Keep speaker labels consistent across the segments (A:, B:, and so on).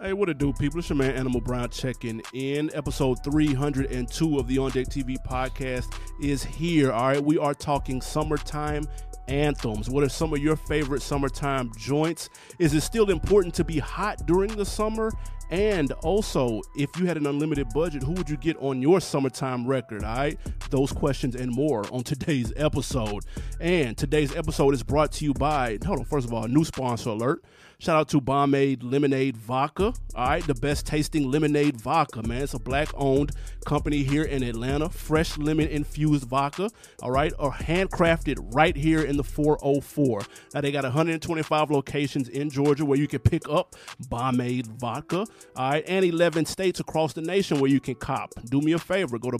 A: Hey, what it do, people? It's your man Animal Brown checking in. Episode 302 of the On Deck TV podcast is here. All right, we are talking summertime anthems. What are some of your favorite summertime joints? Is it still important to be hot during the summer? And also, if you had an unlimited budget, who would you get on your summertime record? All right, those questions and more on today's episode. And today's episode is brought to you by, hold on, first of all, new sponsor alert. Shout out to Bombade Lemonade Vodka. All right, the best tasting lemonade vodka, man. It's a black owned company here in Atlanta. Fresh lemon infused vodka, all right, are handcrafted right here in the 404. Now, they got 125 locations in Georgia where you can pick up Bombade Vodka, all right, and 11 states across the nation where you can cop. Do me a favor, go to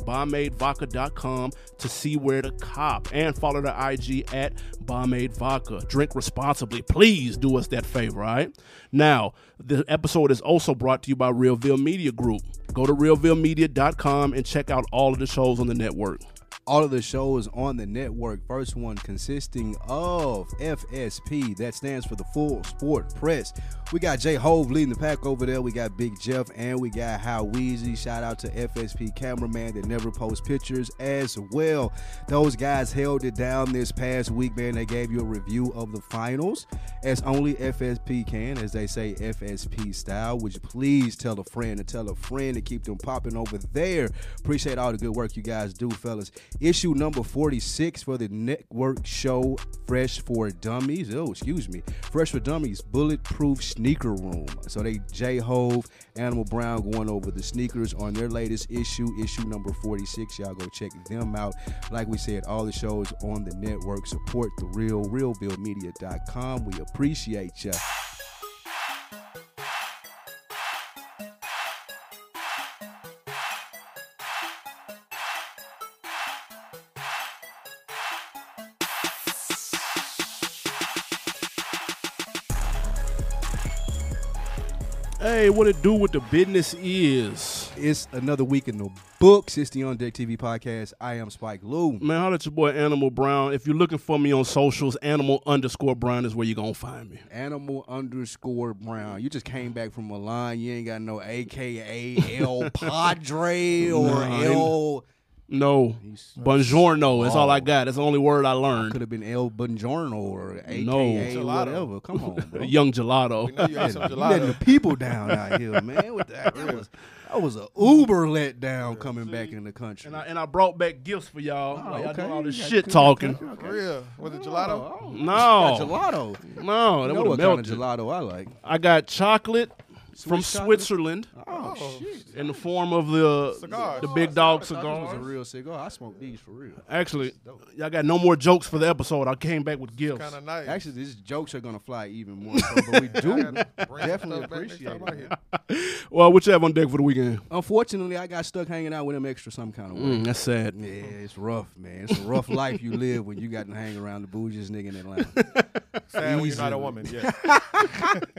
A: BombadeVodka.com to see where to cop and follow the IG at Bombade Vodka. Drink responsibly. Please do us that favor, all right? Now, the episode is also brought to you by Realville Media Group. Go to realvillemedia.com and check out all of the shows on the network.
B: all of the shows on the network. First one consisting of FSP, that stands for the Full Sport Press. We got Jay Hove leading the pack over there. We got Big Jeff and we got How Weezy. Shout out to FSP cameraman that never posts pictures as well. Those guys held it down this past week, man. They gave you a review of the finals as only FSP can, as they say FSP style. Would you please tell a friend and tell a friend to keep them popping over there? Appreciate all the good work you guys do, fellas. Issue number 46 for the network show Fresh for Dummies. Oh, excuse me. Fresh for Dummies Bulletproof Sneaker Room. So they J Hove, Animal Brown going over the sneakers on their latest issue, issue number 46. Y'all go check them out. Like we said, all the shows on the network support the real, realbillmedia.com. We appreciate ya.
A: Hey, what it do with the business is?
B: It's another week in the books. It's the On Deck TV podcast. I am Spike Lou.
A: Man, how at your boy Animal Brown. If you're looking for me on socials, Animal underscore Brown is where you're gonna find me.
B: Animal underscore Brown. You just came back from Milan. You ain't got no AKA El Padre or
A: Nah,
B: El.
A: No, Buongiorno. That's all I got. That's the only word I
B: Could
A: learned.
B: have been El Bongiorno or AKA
A: No.
B: whatever. Come on, bro.
A: Young
C: know you
A: gelato.
C: had some
B: You letting the
C: gelato.
B: people down out here, man. What the heck? That was that was a Uber letdown coming back in the country.
A: and I and I brought back gifts for y'all. Like, y'all
B: Oh, okay.
A: doing all this
B: You got-
A: shit talking.
C: For real. Was it gelato?
B: Oh,
A: No,
B: gelato.
A: no,
B: You
A: that
B: know
A: would
B: what
A: have
B: kind of
A: melted.
B: gelato I like?
A: I got chocolate from
B: chocolate?
A: Switzerland
B: Oh,
A: in the form of the
C: Cigars.
A: the big dog
B: This was a
A: cigar.
B: real cigar. I smoked these for real.
A: Actually, y'all got no more jokes for the episode. I came back with gifts.
C: Kind of nice.
B: Actually, these jokes are gonna fly even more. so- but we do
C: Bring some
B: definitely
C: stuff back next
B: appreciate
C: time out
B: it.
C: here.
A: Well, what you have on deck for the weekend?
B: Unfortunately, I got stuck hanging out with him extra some kind of way.
A: Mm, that's sad.
B: Yeah, it's rough, man. It's a rough life you live when you got to hang around the bougiest nigga in Atlanta.
C: Sad when you're not a woman. Yeah.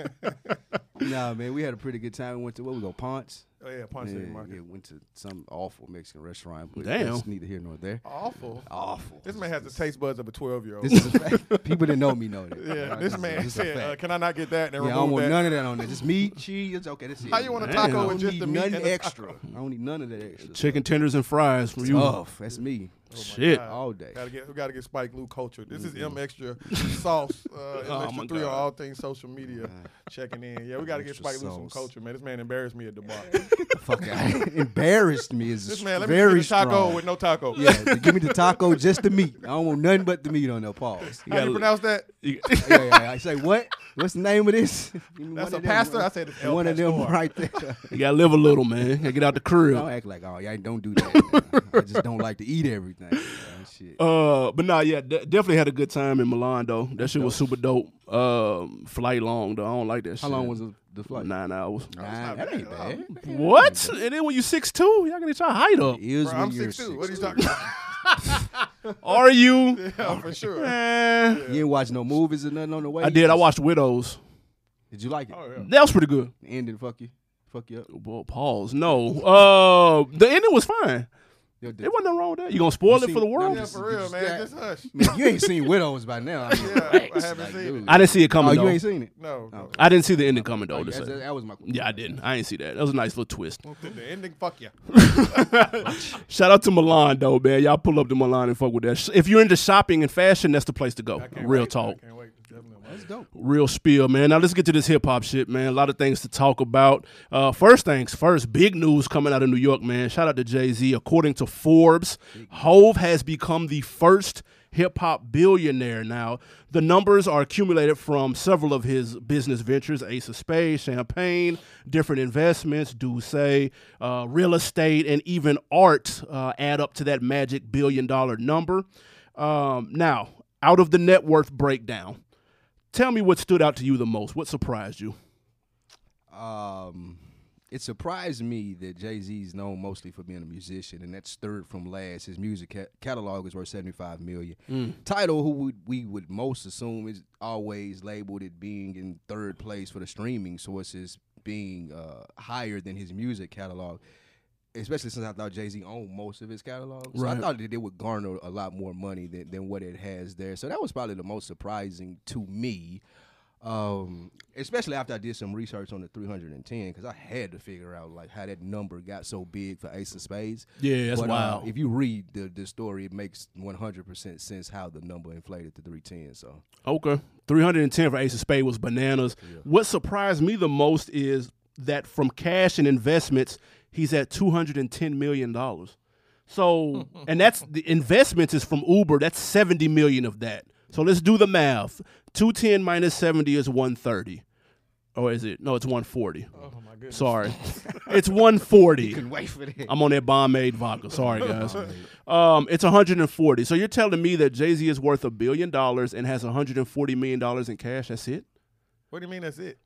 B: nah, man, we had a pretty good time. We went to what we go Ponce.
C: Oh, yeah. Ponce City
B: Yeah,
C: Market.
B: yeah, went to some awful Mexican restaurant. But
A: Damn.
B: that's neither here nor there.
C: Awful.
B: Awful.
C: This man has the taste buds of a 12 year old.
B: This is a fact. People that know me know that.
C: Yeah.
B: Right?
C: This
B: It's a-
C: man
B: it's a
C: said, uh,
B: fact.
C: "Can I not get that?" And
B: yeah, I
C: remove
B: don't want
C: that.
B: none of that on there. Just meat, cheese. It's okay. That's it.
C: How you want a
B: man.
A: Damn.
C: taco
B: I
C: with
B: don't
C: just the
B: need
C: meat
B: none
C: and the
B: extra. I don't need none of that extra.
A: Chicken tenders and fries from you.
B: Tough. That's me.
C: Oh,
A: Shit.
B: All day.
C: Gotta get, we gotta get Spike Lou cultured. This is M Extra Sauce, uh, M
A: Oh, my
C: Extra Three on
A: God.
C: all things social media. Checking in. Yeah, we gotta get
B: Extra
C: Spike Lou some
B: sauce.
C: culture, man. This man embarrassed me at the bar.
B: Fuck out. Embarrassed me is
C: this man let me
B: very
C: get a taco
B: strong.
C: with no taco.
B: yeah, give me the taco, just the meat. I don't want nothing but the meat on there. Pause.
C: How do you pronounce that?
A: You-
B: yeah, yeah, yeah. I say what? What's the name of this? Give me
C: That's
B: one
C: a
B: of them,
C: pasta?
B: bro.
C: I said it's El
B: one of them
C: Pastor.
B: right there.
A: You gotta live a little, man. Gotta get out the
B: Don't
A: crib.
B: act like oh yeah, I don't do that. I just don't like to eat everything. man. Shit.
C: Oh,
A: Uh, but nah, yeah, de- definitely had a good time in Milan though. That shit was super dope. Um, flight long though. I don't like that.
B: How long was the, the flight?
A: Nine hours.
B: Nine, that
C: Oh.
B: ain't bad.
A: What? And then when you six two, y'all gonna get your height up.
B: Is
C: Bro,
B: when
C: I'm
B: you're
C: six two. What are you
B: 6'2".
C: talking about?
A: Are you?
C: yeah, Oh, for sure.
A: Eh.
B: You didn't watch no movies or nothing on the way.
A: I did. I watched Widows.
B: Did you like it?
C: Oh, yeah.
A: That was pretty good.
B: The ending fuck you, fuck you up.
A: Well, pause. No. Uh, the ending was fine.
B: Yo, did-
A: It wasn't nothing wrong with that. You gonna spoil
B: You
A: it for
B: seen-
A: the
B: I'm
A: world?
C: Yeah,
B: just-
C: for real,
B: just-
C: man.
B: yeah.
C: Just hush.
B: man, you ain't seen widows by now. I mean,
C: Yeah, I haven't seen it.
B: dude.
A: I didn't see it coming.
B: oh, you
A: though.
B: ain't seen it. Oh,
C: No, no.
A: I didn't see the ending coming though. to
B: That's-
A: say.
B: that was my question.
A: Yeah, I didn't. I ain't see that. That was a nice little twist.
C: The- The ending, fuck you.
A: Shout out to Milan though, man. Y'all pull up to Milan and fuck with that. Sh- If you're into shopping and fashion, that's the place to go. Real talk.
C: Can't wait. Definitely.
B: That's dope.
A: Real spiel, man. Now let's get to this hip hop shit, man. A lot of things to talk about. Uh, first things first, big news coming out of New York, man. Shout out to Jay Z. According to Forbes, Hove has become the first hip hop billionaire. Now, the numbers are accumulated from several of his business ventures Ace of Spades, Champagne, different investments, do say, uh, real estate, and even art uh, add up to that magic billion dollar number. Um, now, out of the net worth breakdown, Tell me what stood out to you the most. What surprised you?
B: um, it surprised me that Jay Z is known mostly for being a musician, and that's third from last. His music ca- catalog is worth seventy five million.
A: Mm.
B: Title, who would, we would most assume is always labeled it being in third place for the streaming sources, being uh, higher than his music catalog. Especially since I thought Jay Z owned most of his catalog, so I
A: Right.
B: thought that it would garner a lot more money than, than what it has there. So that was probably the most surprising to me um, especially after I did some research on the 310 because I had to figure out like how that number got so big for Ace of Spades.
A: Yeah, that's
B: uh,
A: wild.
B: if you read the, the story, it makes 100% sense how the number inflated to 310. So
A: Okay. 310 for Ace of Spades was bananas. What surprised me the most is that from cash and investments, he's at $210 million. So, and that's the investments is from Uber. That's 70 million of that. So let's do the math. 210 minus 70 is 130. Or is it? No, it's 140. Oh, my goodness. Sorry. it's 140.
B: wait for that.
A: I'm on that Bombade vodka. Sorry, guys. um, it's 140. So you're telling me that Jay Z is worth a billion dollars and has 140 million dollars in cash? That's it.
C: What do you mean? That's it?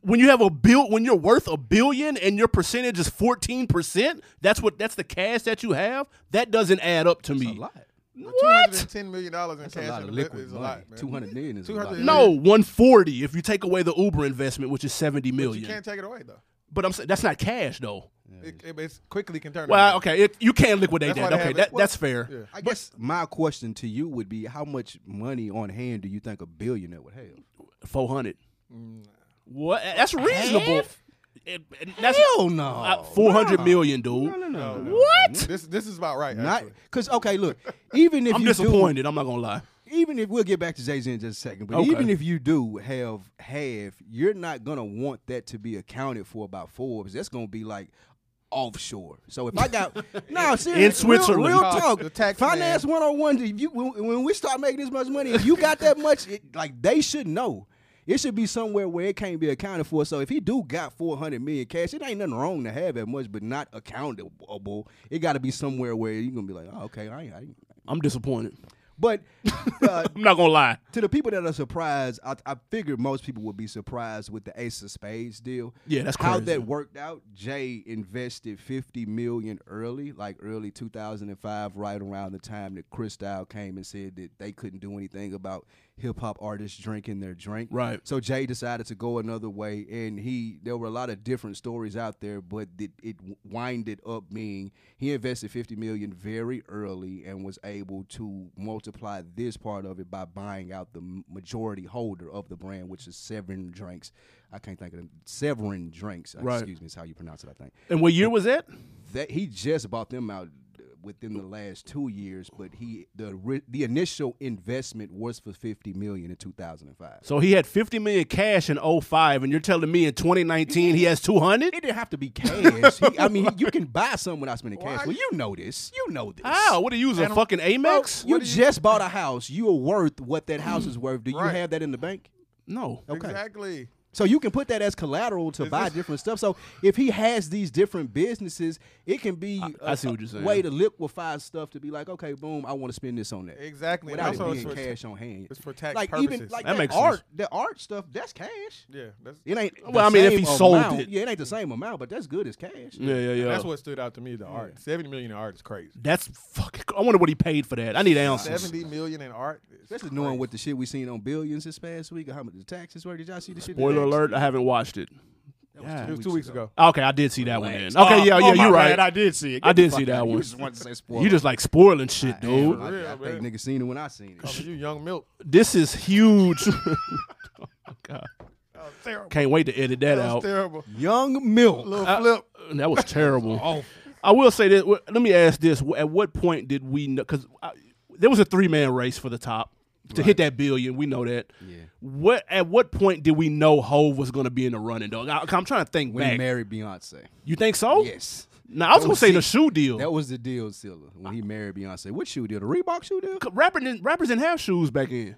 A: When you have a bill, when you're worth a billion and your percentage is 14 percent, that's what that's the cash that you have. That doesn't add up to me.
B: a lot.
A: What?
C: $210 million in
B: That's
C: cash
B: a lot
C: in
B: of
C: the
B: liquid
C: is
B: money.
C: a lot, man.
B: 200 million is
C: 200
B: a lot.
C: million.
A: No, 140 if you take away the Uber investment, which is 70
C: But you
A: million.
C: can't take it away, though.
A: But I'm saying that's not cash though.
C: It, it, it's quickly can turn.
A: Well,
C: around.
A: okay, it, you can't liquidate
C: That's why
A: that.
C: they
A: Okay,
C: have it.
A: that,
C: Well,
A: that's fair.
C: yeah.
B: I guess my question to you would be how much money on hand do you think a billionaire would have?
A: four hundred.
C: Mm.
A: What? That's reasonable. It- it- that's uh,
B: Hell no.
A: Four hundred million, dude.
C: No, no, no.
A: What?
C: This this is about right.
B: Not
C: actually.
B: because okay, look, even if
A: I'm
B: you do,
A: disappointed. I'm not gonna lie.
B: even if we'll get back to Jay Z in just a second, but
A: Okay.
B: even if you do have have, you're not gonna want that to be accounted for by Forbes. That's gonna be like offshore. So if I got no seriously,
A: Switzerland.
B: real, real
C: Cost,
B: talk,
C: the tax
B: finance 101, If you when, when we start making this much money, if you got that much, it, like they should know. It should be somewhere where it can't be accounted for. So if he do got four hundred million cash, it ain't nothing wrong to have that much, but not accountable. It got to be somewhere where you're gonna be like, oh, okay, I, ain't- I. ain't-
A: I'm disappointed.
B: But uh,
A: I'm not gonna lie.
B: to the people that are surprised, I, I figured most people would be surprised with the Ace of Spades deal.
A: Yeah, that's
B: how
A: crazy.
B: that worked out. Jay invested fifty million early, like early two thousand and five, right around the time that Cristal came and said that they couldn't do anything about hip hop artists drinking their drink.
A: Right.
B: So Jay decided to go another way, and he there were a lot of different stories out there, but it, it winded up being he invested fifty million very early and was able to multiply this part of it by buying out the m- majority holder of the brand, which is Severin Drinks. I can't think of them. Severin Drinks. uh,
A: Right.
B: Excuse me, is how you pronounce it. I think
A: And what year was that?
B: that he just bought them out uh, within the last two years, but he the ri- the initial investment was for fifty million in two thousand and five.
A: So he had 50 million cash in 05, and you're telling me in 2019 he has 200?
B: It didn't have to be cash. He- I mean, you can buy something without spending cash. Well, you know this. You know this.
A: How? What are you using? Fucking Amex?
B: You just bought a house. You are worth what that house is worth. Do you
C: Right.
B: have that in the bank?
A: No.
B: Okay.
C: Exactly.
B: So you can put that as collateral to buy different stuff. So if he has these different businesses, it can be a
A: I see what you're saying.
B: way to liquefy stuff to be like, okay, boom, I want to spend this on that.
C: Exactly. And
B: Without
C: also
B: it
C: it's
B: being
C: for-
B: cash on hand.
C: it's for tax
B: like even
C: purposes.
B: like
A: That
B: that,
A: makes
B: art,
A: sense.
B: the art stuff, that's cash.
C: Yeah, that's
B: It ain't. the
A: Well, I mean, if
B: same
A: he sold
B: amount-
A: it.
B: yeah, it ain't the same amount, but that's good as cash.
A: Yeah, yeah, yeah.
C: that's what stood out to me. The art, seventy million in art is crazy.
A: That's fucking. I wonder what he paid for that. I need ounces.
C: Seventy million in art. is
B: Especially
C: crazy.
B: knowing what the shit we seen on billions this past week, or how much the taxes were. Did y'all see the shit?
A: Spoiler
B: today?
A: alert: I haven't watched it.
C: It was two weeks ago.
A: Okay, I did see that one. Then.
B: Relax.
A: Okay, yeah, yeah, you're right.
D: I did see it.
A: I did see that
B: You
A: one.
B: just want to say spoiler.
A: You just like spoiling shit,
B: alert.
A: dude.
B: I, I
C: real,
B: think
C: man.
B: niggas seen it when I seen
C: I
B: it.
C: mean, Oh, you young milk.
A: This is huge. oh my god,
C: Terrible.
A: can't wait to edit that
C: That was
A: out.
C: terrible.
B: Young Milk.
C: Little flip.
A: That was terrible. I will say this. wh- Let me ask this: At what point did we know? Because there was a three man race for the top to hit that billion. We know that.
B: Yeah.
A: What at what point did we know Hove was going to be in the running? Dog, I, am trying to think
B: When he
A: back.
B: married Beyonce.
A: you think so?
B: Yes.
A: Now I was
B: That
A: going to say the
B: it.
A: shoe deal.
B: That was the deal sealer when he married Beyonce. What shoe deal? The Reebok shoe deal?
A: C- rapper didn't, rappers didn't have shoes back then.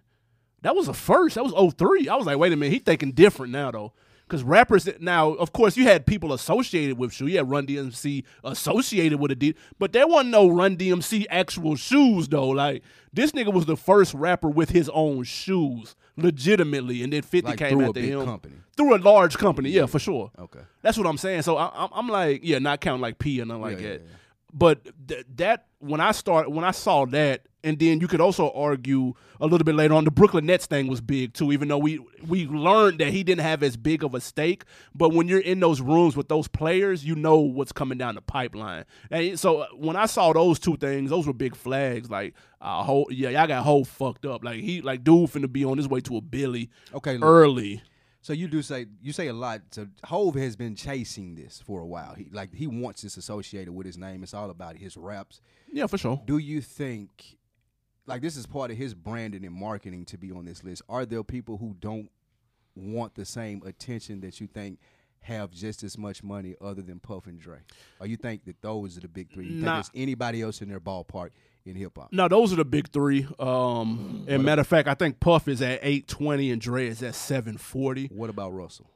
A: That was a first. That was 03. I was like, wait a minute, he thinking different now though. Because rappers that- now, of course, you had people associated with shoe. You had Run DMC associated with Adidas, but there wasn't no Run DMC actual shoes though. Like this nigga was the first rapper with his own shoes, legitimately, and then Fifty
B: Like,
A: came
B: through a
A: after
B: big
A: him
B: company.
A: through a large company. Yeah, for sure.
B: Okay.
A: That's what I'm saying. So I, I'm, I'm like, yeah, not counting like P and nothing like
B: Yeah, yeah,
A: that.
B: yeah.
A: But th- that when I start when I saw that, and then you could also argue a little bit later on the Brooklyn Nets thing was big too. Even though we we learned that he didn't have as big of a stake, but when you're in those rooms with those players, you know what's coming down the pipeline. And so uh, when I saw those two things, those were big flags. Like, uh, whole, yeah, y'all got whole fucked up. Like he like dude finna be on his way to a Billy
B: Okay, look.
A: early.
B: So you do say you say a lot. So Hove has been chasing this for a while. He like he wants this associated with his name. It's all about his raps.
A: Yeah, for sure.
B: Do you think like this is part of his branding and marketing to be on this list? Are there people who don't want the same attention that you think have just as much money other than Puff and Dre? Or you think that those are the big three? You
A: Nah.
B: think there's anybody else in their ballpark in hip hop?
A: No, those are the big three. Um, and matter of fact, I think Puff is at eight twenty and Dre is at seven forty.
B: What about Russell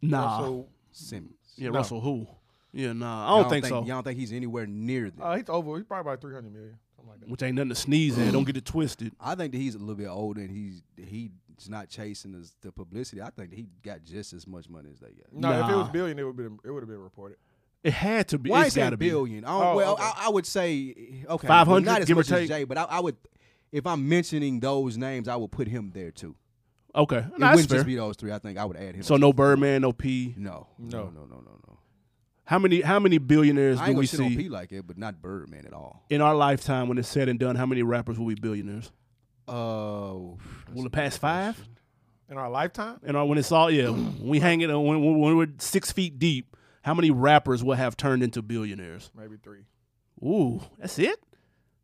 A: Nah,
C: So
B: Simmons?
A: yeah,
C: no.
A: Russell who? Yeah, nah, I don't, think, so.
B: Y'all don't think he's anywhere near that?
C: uh, he's over. He's probably about three hundred million. Something like that.
A: Which ain't nothing to sneeze at. Don't get it twisted.
B: I think that he's a little bit older and he's he's not chasing the, the publicity. I think that he got just as much money as they got.
C: No, if it
A: Nah.
C: was billion, it would been it would have been reported.
A: It had to be.
B: Why
A: it's
B: is it
A: gotta
B: a
A: be.
B: billion? I don't-
C: Oh,
B: well,
C: okay.
B: I, I would say okay,
A: 500,
B: Not as
A: give or
B: much
A: take.
B: as Jay, but I, I would if I'm mentioning those names, I would put him there too.
A: Okay,
B: It
A: nah, that's
B: wouldn't
A: fair.
B: just be those three. I think I would add him.
A: So no Birdman, no P.
B: no, no,
C: No.
B: no, no, no, no.
A: How many? How many billionaires
B: I
A: do
B: ain't
A: we
B: gonna shit on
A: see
B: P like it, but not Birdman at all.
A: in our lifetime? When it's said and done, how many rappers will be billionaires? Uh,
B: Oh,
A: Will it pass five?
C: In our lifetime,
A: And uh, when it's all yeah, we hang it when, when when we're six feet deep. How many rappers will have turned into billionaires?
C: maybe three.
A: Ooh, that's it.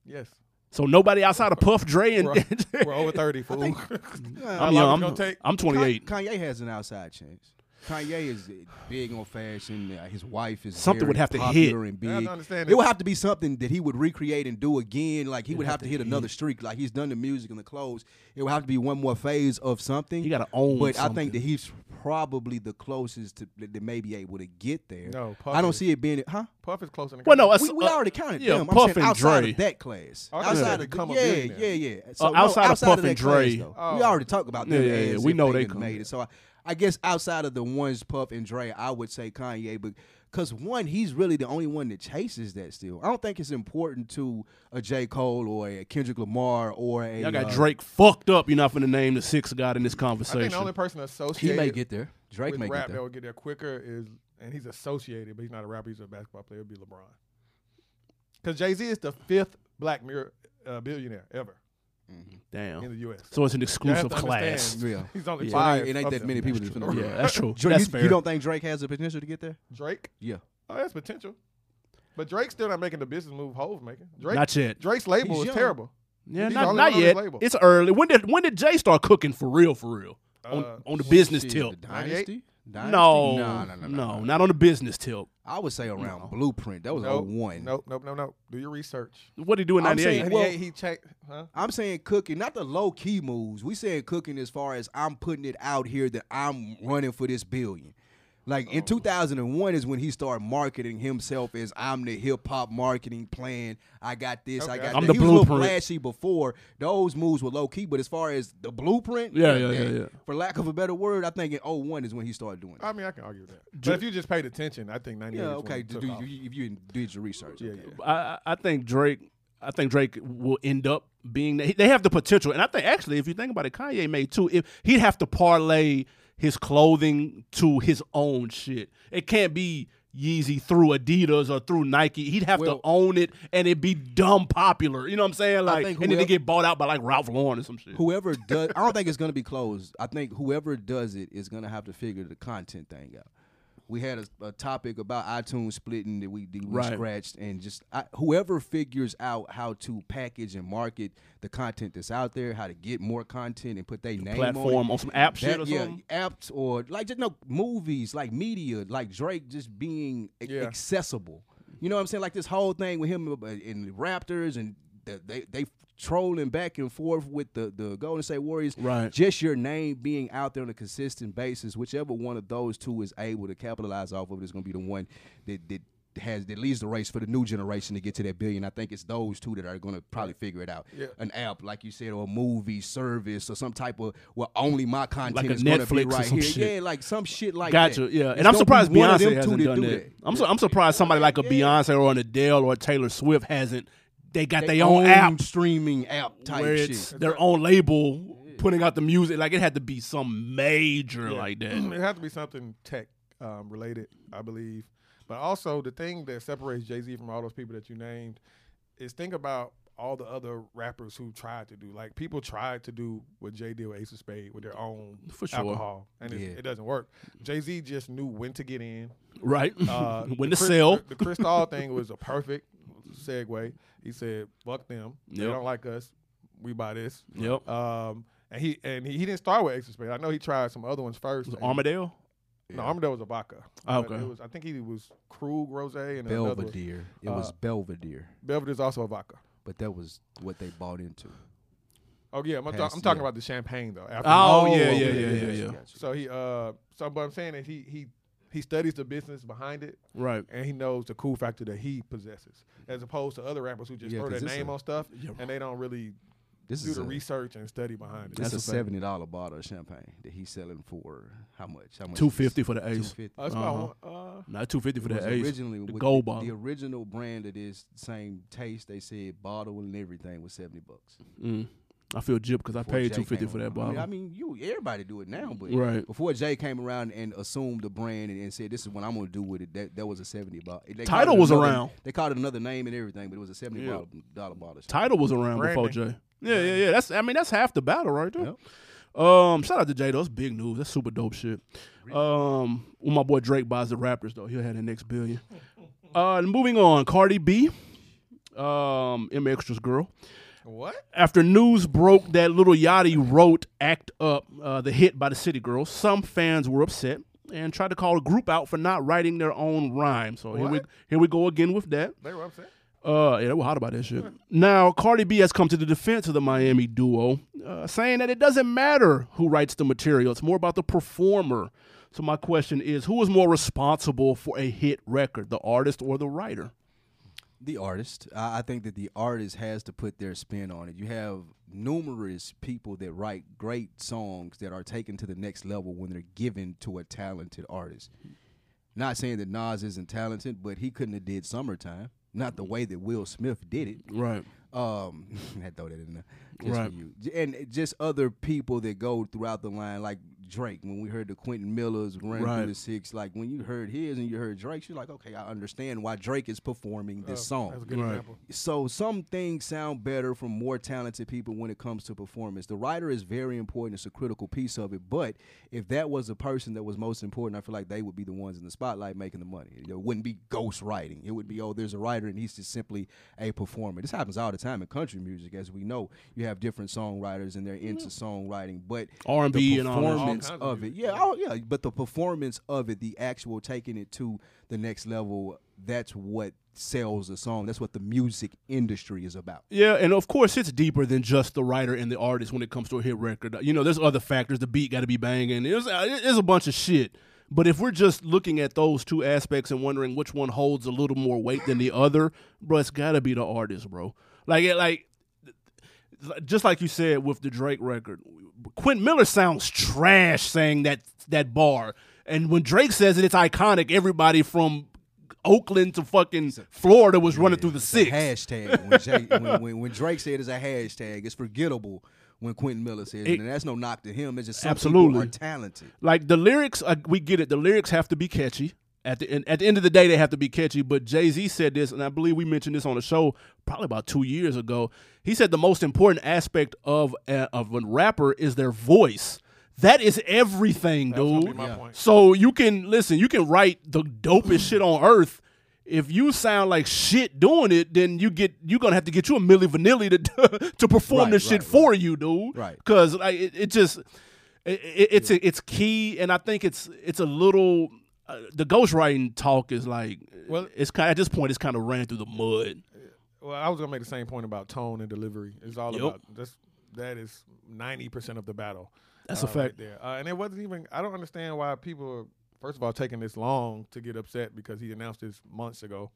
C: Yes,
A: So nobody outside of Puff, Dre, and
C: we're, we're over thirty. Fool.
A: I'm
C: long
A: young.
C: it's
A: I'm,
C: gonna take?
A: I'm 28.
B: Kan- Kanye has an outside chance. Kanye is big on fashion. Uh, His wife is
A: Something
B: very
A: would have to
B: popular
A: hit.
B: and
C: Yeah, I
B: big.
C: understand
B: it would
C: it.
B: have to be something that he would recreate and do again. Like he would have to hit another streak. Like he's done the music and the clothes. It would have to be one more phase of something.
A: He gotta own
B: But I
A: something.
B: think that he's probably the closest to, that, that may be able to get there.
C: No, Puff
B: I don't
C: is-
B: see it being. Huh?
C: Puff is close in the
A: Well, no,
C: country.
A: us-
B: We, we
A: uh,
B: already counted
A: yeah,
B: them. I'm
A: Puff and
B: saying outside
A: Dre.
B: of that class.
C: I thought they
B: Outside
C: said
B: of
C: become a
B: yeah, yeah,
C: billionaire.
B: yeah.
A: Uh, outside of Puff and
B: that
A: Dre.
B: class, though.
C: Oh.
B: we already talked about
A: Yeah,
B: them.
A: yeah, yeah.
B: as
A: We
B: if
A: know they
B: they done
A: come.
B: made it. So I, I guess outside of the ones Puff and Dre, I would say Kanye, but because one, he's really the only one that chases that still. I don't think it's important to a J Cole or a Kendrick Lamar or a.
A: Y'all got
B: uh,
A: Drake fucked up. You're not finna name the sixth god in this
C: I think the
A: conversation.
C: only person associated
B: He may get there. Drake
C: with
B: may
C: rap
B: get
C: that
B: there.
C: will get there quicker is, and he's associated, but he's not a rapper. He's a basketball player. Would be LeBron. Because Jay Z is the fifth black mirror, uh, billionaire ever in
A: Damn.
C: the U.S.
A: So it's an
C: You have
A: exclusive
C: to
A: class.
C: understand,
B: Yeah.
C: He's only
A: Yeah.
C: five.
B: It ain't
C: of
B: that
C: them.
B: many people that's gonna-
A: Yeah, that's true.
B: Dre,
A: that's
B: you,
A: fair.
B: you don't think Drake has the potential to get there?
C: Drake.
B: Yeah.
C: Oh, that's potential. But Drake's still not making the business move Hove making. Drake,
A: Not yet.
C: Drake's label
B: He's
C: is
B: young.
C: terrible.
A: yeah,
C: he's the
A: not,
C: only
A: not
C: one on his
A: yet.
C: label.
A: It's early. When did when did Jay start cooking for real? For real on,
C: Uh,
A: on the business
B: Shit,
A: tilt.
B: the
C: 98?
B: Dynasty? Dynasty?
A: No,
B: No, no, no, no.
A: not on the business tilt.
B: I would say around Blueprint. That was a
C: Nope,
B: Oh, one.
C: Nope, nope, nope, nope. Do your research.
A: What did he do in
B: I'm
A: '98?
B: saying-
C: And
B: Well-
C: he, he checked, huh?
B: I'm saying cooking, not the low key moves. We saying cooking as far as I'm putting it out here that I'm running for this billion. Like
C: Oh.
B: in 2001 is when he started marketing himself as I'm the hip hop marketing plan. I got this. I
C: Okay.
B: got.
A: I'm the
B: that. he was a little
A: blueprint.
B: flashy before. Those moves were low key, but as far as the blueprint,
A: Yeah, yeah, yeah,
B: that-
A: yeah.
B: For lack of a better word, I think in 01 is when he started doing. It.
C: I mean, I can argue with that. But if you just paid attention, I think 98
B: Yeah,
C: is when
B: okay.
C: he
B: Do
C: took off.
B: you, if you did your research,
C: yeah,
B: okay.
C: yeah.
A: I, I- I think Drake. I think Drake will end up being. They they have the potential, and I think actually, if you think about it, Kanye made too. If he'd have to parlay his clothing to his own shit, it can't be Yeezy through Adidas or through Nike. He'd have
B: Well-
A: to own it, and it'd be dumb popular. You know what I'm saying? Like,
B: think
A: and then
B: whoever-
A: it get bought out by like Ralph Lauren or some shit.
B: whoever does I don't think it's gonna be closed. I think whoever does it is gonna have to figure the content thing out. We had a, a topic about iTunes splitting that we, that we
A: Right.
B: scratched, and just I, whoever figures out how to package and market the content that's out there, how to get more content and put their name on
A: Platform
B: it,
A: on some app shit
B: that-
A: or
B: yeah,
A: something.
C: Mm-hmm.
B: apps or like just no movies, like media, like Drake just being a-
C: Yeah.
B: accessible. You know what I'm saying? Like this whole thing with him uh, and the Raptors and the, they they trolling back and forth with the the Golden State Warriors.
A: Right.
B: Just your name being out there on a consistent basis, whichever one of those two is able to capitalize off of it is going to be the one that that. Has that leads the race for the new generation to get to that billion. I think it's those two that are going to probably figure it out.
C: Yeah.
B: An app, like you said, or a movie service, or some type of well, only my content
A: Like
B: and
A: a
B: it's gonna be
A: Netflix or
B: right
A: some
B: here.
A: shit.
B: Yeah, like some shit like
A: Gotcha.
B: that.
A: Yeah,
B: It's
A: and I'm
B: gonna
A: surprised
B: be one of
A: Beyonce
B: them
A: hasn't
B: two
A: done
B: do
A: that. I'm so, I'm surprised somebody like a Beyonce or an Adele or a Taylor Swift hasn't. They got their own, app
B: streaming app type
A: where
B: shit.
A: it's their own label putting out the music. Like it had to be some major like that.
C: it has to be something tech um, related, I believe. But also, the thing that separates Jay Z from all those people that you named is think about all the other rappers who tried to do. Like people tried to do what Jay did with Ace of Spade with their own
A: For sure.
C: alcohol, and it, it doesn't work. Jay Z just knew when to get in.
A: Right.
C: Uh,
A: when
C: the
A: to
C: Chris-
A: sell.
C: The, the Cristal thing was a perfect segue. He said, "Fuck them. They
A: Yep.
C: don't like us. We buy this."
A: Yep.
C: Um, and he and he, he didn't start with Ace of Spades. I know he tried some other ones first. and-
A: Armadale.
C: No, Armadale was a vodka.
A: Oh,
C: But
A: okay.
C: It was, I think he was Krug Rosé and another one.
B: Belvedere. It was
A: Uh,
B: Belvedere,
C: Belvedere's also a vodka.
B: but that was what they bought into.
C: Oh yeah, I'm, ta-
B: Past-
C: I'm talking
B: yeah.
C: about the champagne though. After
A: Oh,
B: Oh,
A: yeah, yeah,
B: okay.
A: yeah, yeah,
B: Gotcha,
A: yeah.
B: gotcha.
C: So he uh, so but I'm saying is he he he studies the business behind it
A: Right.
C: and he knows the cool factor that he possesses, as opposed to other rappers who just
B: Yeah,
C: throw
B: 'cause
C: their
B: it's
C: name
B: a-
C: on stuff and they don't really
B: This
C: do
B: is
C: the
B: a,
C: research and study behind it.
B: this
A: That's
B: is a
A: a fact.
B: seventy dollar bottle of champagne that he's selling for how much? How much?
A: Two fifty for the
B: Two
A: Ace.
B: fifty.
C: Uh, it's about
B: Uh-huh.
C: one- uh,
A: Not two fifty for
B: was
A: the Ace.
B: originally
A: the
B: with
A: gold
B: the,
A: bottle.
B: the original brand of this same taste. They said bottle and everything was seventy bucks.
A: Mm. I feel gypped because I
B: before
A: paid
B: Jay
A: two fifty
B: came
A: for that
B: around. I
A: bottle.
B: mean, I mean, you everybody do it now, but
A: Right.
B: before Jay came around and assumed the brand and, and said this is what I'm gonna do with it, that that was a seventy bottle. They called
A: Tidal
B: it
A: was
B: another-
A: around.
B: They called it another name and everything, but it was a seventy
A: Yeah.
B: dollar dollar bottle.
A: Title was around before
C: Branding.
A: Jay. Yeah, yeah, yeah. That's I mean that's half the battle right there. Um, shout out to Jay though. That's big news. That's super dope shit. Um, when my boy Drake buys the Raptors though, he'll have the next billion. Uh, and moving on, Cardi B, um, M Extra's girl.
C: what?
A: After news broke that Little Yachty wrote "Act Up," uh, the hit by the City Girls, some fans were upset and tried to call the group out for not writing their own rhyme. So here we
C: What?
A: here we go again with that.
C: They were upset.
A: Uh, yeah, they were hot about that shit. Now, Cardi B has come to the defense of the Miami duo, uh, saying that it doesn't matter who writes the material; it's more about the performer. So, my question is, who is more responsible for a hit record, the artist or the writer?
B: the artist. I, I think that the artist has to put their spin on it. You have numerous people that write great songs that are taken to the next level when they're given to a talented artist. Not saying that Nas isn't talented, but he couldn't have did "Summertime." Not the way that Will Smith did it.
A: Right.
B: Um, I throw that in there. Just
A: Right.
B: for you. J- And just other people that go throughout the line, like Drake. When we heard the Quentin Millers run
A: Right.
B: through the six, like when you heard his and you heard Drake's, you're like, okay, I understand why Drake is performing this song.
C: Oh, That's a good
A: Right.
C: example.
B: So some things sound better from more talented people when it comes to performance. The writer is very important; it's a critical piece of it. But if that was the person that was most important, I feel like they would be the ones in the spotlight making the money. It wouldn't be ghost writing. It would be oh, there's a writer and he's just simply a performer. This happens all the time in country music, as we know. You have different songwriters and they're into songwriting, but
A: R&B and all that.
B: performance performance
C: kinds
B: of it.
C: music,
B: Yeah, oh yeah, but the performance of it, the actual taking it to the next level, that's what sells the song. That's what the music industry is about.
A: Yeah, and of course it's deeper than just the writer and the artist when it comes to a hit record. You know, there's other factors. The beat got to be banging. There's there's a bunch of shit. But if we're just looking at those two aspects and wondering which one holds a little more weight than the other, bro, it's got to be the artist, bro. Like it, like just like you said with the Drake record, Quentin Miller sounds trash saying that that bar. And when Drake says it, it's iconic. Everybody from Oakland to fucking Florida was running through the
B: It's
A: six.
B: A hashtag. When, Jay, when, when, when Drake said it's a hashtag, it's forgettable. When Quentin Miller said, it,
A: It-
B: and that's no knock to him. It's just some
A: Absolutely.
B: people are talented.
A: like the lyrics uh, we get it the lyrics have to be catchy at the end, at the end of the day they have to be catchy but jay-z said this and i believe we mentioned this on the show probably about two years ago he said the most important aspect of a, of a rapper is their voice that is everything
C: gonna
A: dude
C: be my Yeah. point.
A: so you can listen you can write the dopest shit on earth if you sound like shit doing it, then you get you're gonna have to get you a Milli Vanilli to to perform
B: Right,
A: this shit
B: right,
A: for you, dude.
B: Right.
A: Because like it, it just it, it, it's it's key, and I think it's it's a little uh, the ghostwriting talk is like well,
C: Well-
A: it's kind at this point it's kind of ran through the mud.
C: Well, I was gonna make the same point about tone and delivery. It's all
A: Yep.
C: about that's that is ninety percent of the battle.
A: That's
C: uh,
A: a fact.
C: right there. Uh, and it wasn't even. I don't understand why people. Are, first of all, taking this long to get upset because he announced this months ago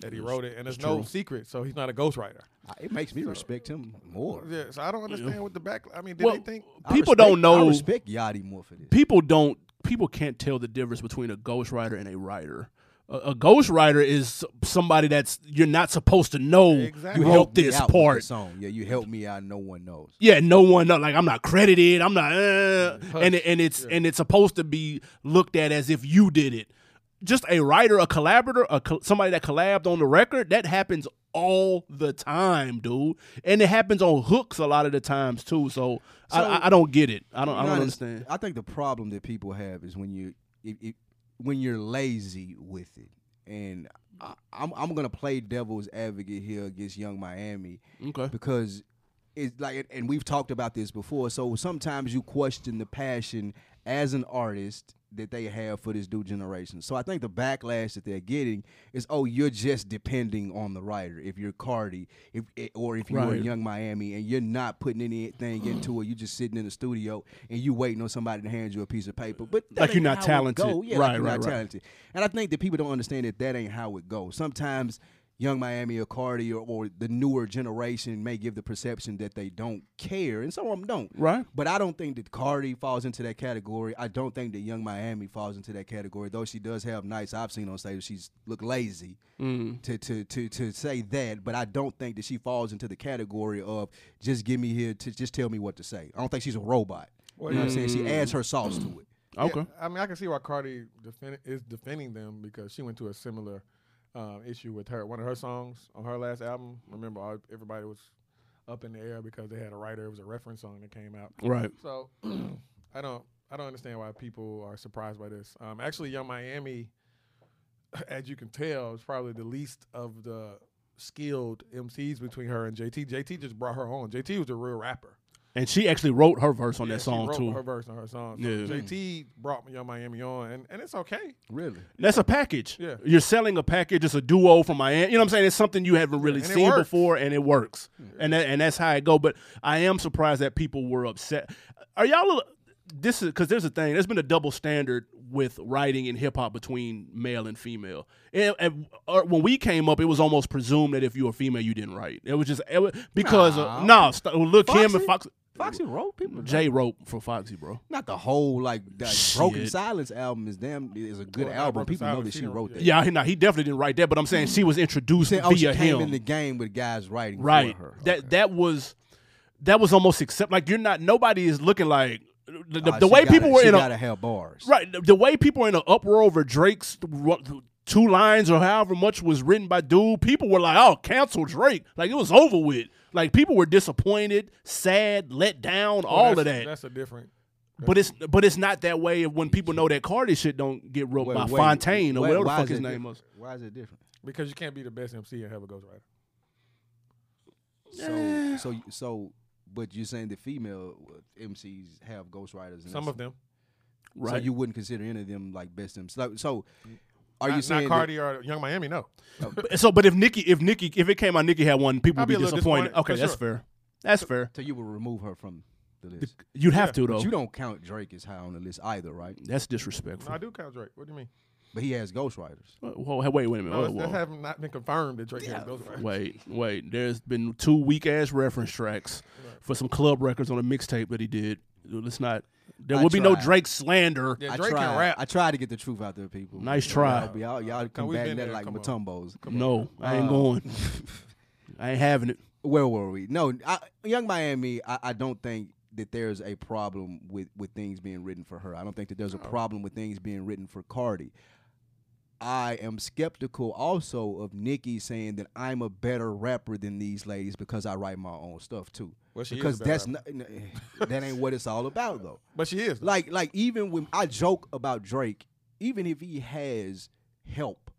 C: that he wrote it, and there's no secret, so he's not a ghostwriter.
B: I- It makes me respect him more.
C: Yeah, so I don't understand what the back. I mean, did
A: Well,
C: they think?
B: I
A: people
B: respect-
A: don't know.
B: I respect Yachty more for this.
A: people don't people can't tell the difference between a ghostwriter and a writer. A, a ghostwriter is somebody that's you're not supposed to know
C: Exactly.
A: you
C: You
A: helped
B: me
A: this
B: out with
A: part.
B: the song. Yeah, you helped me out. No one knows.
A: yeah, no one know- like I'm not credited. I'm not, uh, and it- and it's and it's supposed to be looked at as if you did it. Just a writer, a collaborator, a co- somebody that collabed on the record that happens all the time, dude, and it happens on hooks a lot of the times too. So, I
B: So-
A: I, I don't get it. I don't I don't
B: Giannis,
A: understand.
B: I think the problem that people have is when you it, it, when you're lazy with it, and I, I'm I'm gonna play devil's advocate here against Young Miami
A: Okay,
B: because it's like and we've talked about this before. So sometimes you question the passion as an artist that they have for this new generation. So I think the backlash that they're getting is, oh, you're just depending on the writer. If you're Cardi, if eh, or if you're
A: Right.
B: Young Miami, and you're not putting anything into it, you're just sitting in the studio and you waiting on somebody to hand you a piece of paper. But that
A: Like you're
B: ain't
A: not
B: how it
A: talented.
B: go. Yeah,
A: Right,
B: like you're
A: right,
B: not
A: right.
B: talented. And I think that people don't understand that that ain't how it goes. Sometimes Young Miami or Cardi or, or the newer generation may give the perception that they don't care, and some of them don't.
A: Right.
B: But I don't think that Cardi falls into that category. I don't think that Young Miami falls into that category, though she does have nights I've seen on stage she's look lazy to, to to to say that. But I don't think that she falls into the category of just give me here to just tell me what to say. I don't think she's a robot. you know what I'm saying? She adds her sauce to it.
A: okay.
C: I mean, I can see why Cardi defend, is defending them because she went through a similar um, issue with her one of her songs on her last album. Remember, all, everybody was up in the air because they had a writer. It was a reference song that came out.
A: Right.
C: So I don't I don't understand why people are surprised by this. Um, actually, Young Miami, as you can tell, is probably the least of the skilled MCs between her and JT. JT just brought her on. JT was a real rapper.
A: And she actually wrote her verse on
C: Yeah,
A: that
C: she
A: song
C: wrote
A: too.
C: Her verse on her song. So
A: Yeah.
C: JT brought Young Miami on, and, and it's okay.
B: Really?
A: That's a package.
C: Yeah.
A: You're selling a package. It's a duo from Miami. You know what I'm saying? It's something you haven't really
C: and it
A: seen
C: works.
A: before, and it works. And that, and that's how it go. But I am surprised that people were upset. Are y'all? a- This is because there's a thing. There's been a double standard with writing in hip hop between male and female. And, and uh, when we came up, it was almost presumed that if you were female, you didn't write. It was just it was, because no,
B: Nah.
A: nah, st- look him and
B: Foxy?
A: Fox.
B: Foxy wrote people.
A: Jay wrote for Foxy, bro.
B: Not the whole like that Broken
A: Shit. Oh,
B: Silence album is damn is a good
C: Well, not
B: album.
C: Broken
B: People know
C: Silence,
B: that
C: she
B: she
C: don't-
B: wrote that.
A: Yeah, he, nah, he definitely didn't write that. But I'm saying she was introduced
B: Said,
A: via
B: oh, she came
A: him.
B: in the game with guys writing
A: right
B: for her.
A: that that was that was almost accept like you're not nobody is looking like the, the,
B: Oh,
A: the
B: she
A: way
B: gotta-
A: people were
B: she
A: in
B: gotta
A: a
B: have bars.
A: right the, the way people were in an uproar over drake's ru- two lines or however much was written by dude people were like oh cancel drake like it was over with like people were disappointed sad let down
B: Oh,
A: all of
C: That's-
A: that
C: That's a different.
A: but it's but it's not that way when people know that cardi shit don't get wrote
B: Wait,
A: by
B: wait,
A: fontaine or
B: wait,
A: whatever the
B: why
A: fuck
B: is
A: his
B: it
A: name
B: different?
A: was
B: Why is it different?
C: Because you can't be the best MC and have a ghostwriter.
B: So so so, but you're saying the female uh, MCs have ghostwriters. and
C: Some
B: that's-
C: of them.
B: So
A: Right.
B: you wouldn't consider any of them like best them. So, so are
C: not,
B: you saying
C: not
B: that-
C: Cardi or Young Miami? No.
A: But- So, but if Nikki, if Nikki, if it came out, Nikki had one, people
C: I'd
A: would
C: be
A: be,
C: a little
A: disappointed.
C: disappointed,
A: Okay,
C: for
A: that's
C: sure.
A: fair. That's fair.
B: so you would remove her from the list?
A: You'd have to though.
B: But you don't count Drake as high on the list either, right?
A: That's
C: No,
A: disrespectful.
C: I do count Drake. What do you mean?
B: But he has ghostwriters.
A: Whoa, whoa, wait, wait a
B: Oh,
A: minute.
C: No,
A: Whoa, whoa.
C: that's, have not been confirmed that Drake has those. rights.
A: Wait, wait. There's been two weak ass reference tracks for some club records on a mixtape that he did. Let's not. There
B: I
A: will be no
B: tried.
A: Drake slander.
C: Yeah,
B: I
C: Drake
B: tried.
C: can rap.
B: I tried to get the truth out there, people.
A: Nice try.
B: Y'all, be- y'all, y'all
C: No, we've
B: combating
C: been
B: that
C: there.
B: like
C: Come on.
B: Matumbos.
A: No, I
B: Uh,
A: ain't going. I ain't having it.
B: Where were we? No, I, Young Miami. I, I don't think that there's a problem with with things being written for her. I don't think that there's a problem with things being written for Cardi. I am skeptical also of Nicki saying that I'm a better rapper than these ladies because I write my own stuff too.
C: Well, she is a
B: because
C: better
B: that's not, eh, that ain't what it's all about though.
C: but she is.
B: Like like even when I joke about Drake, even if he has help,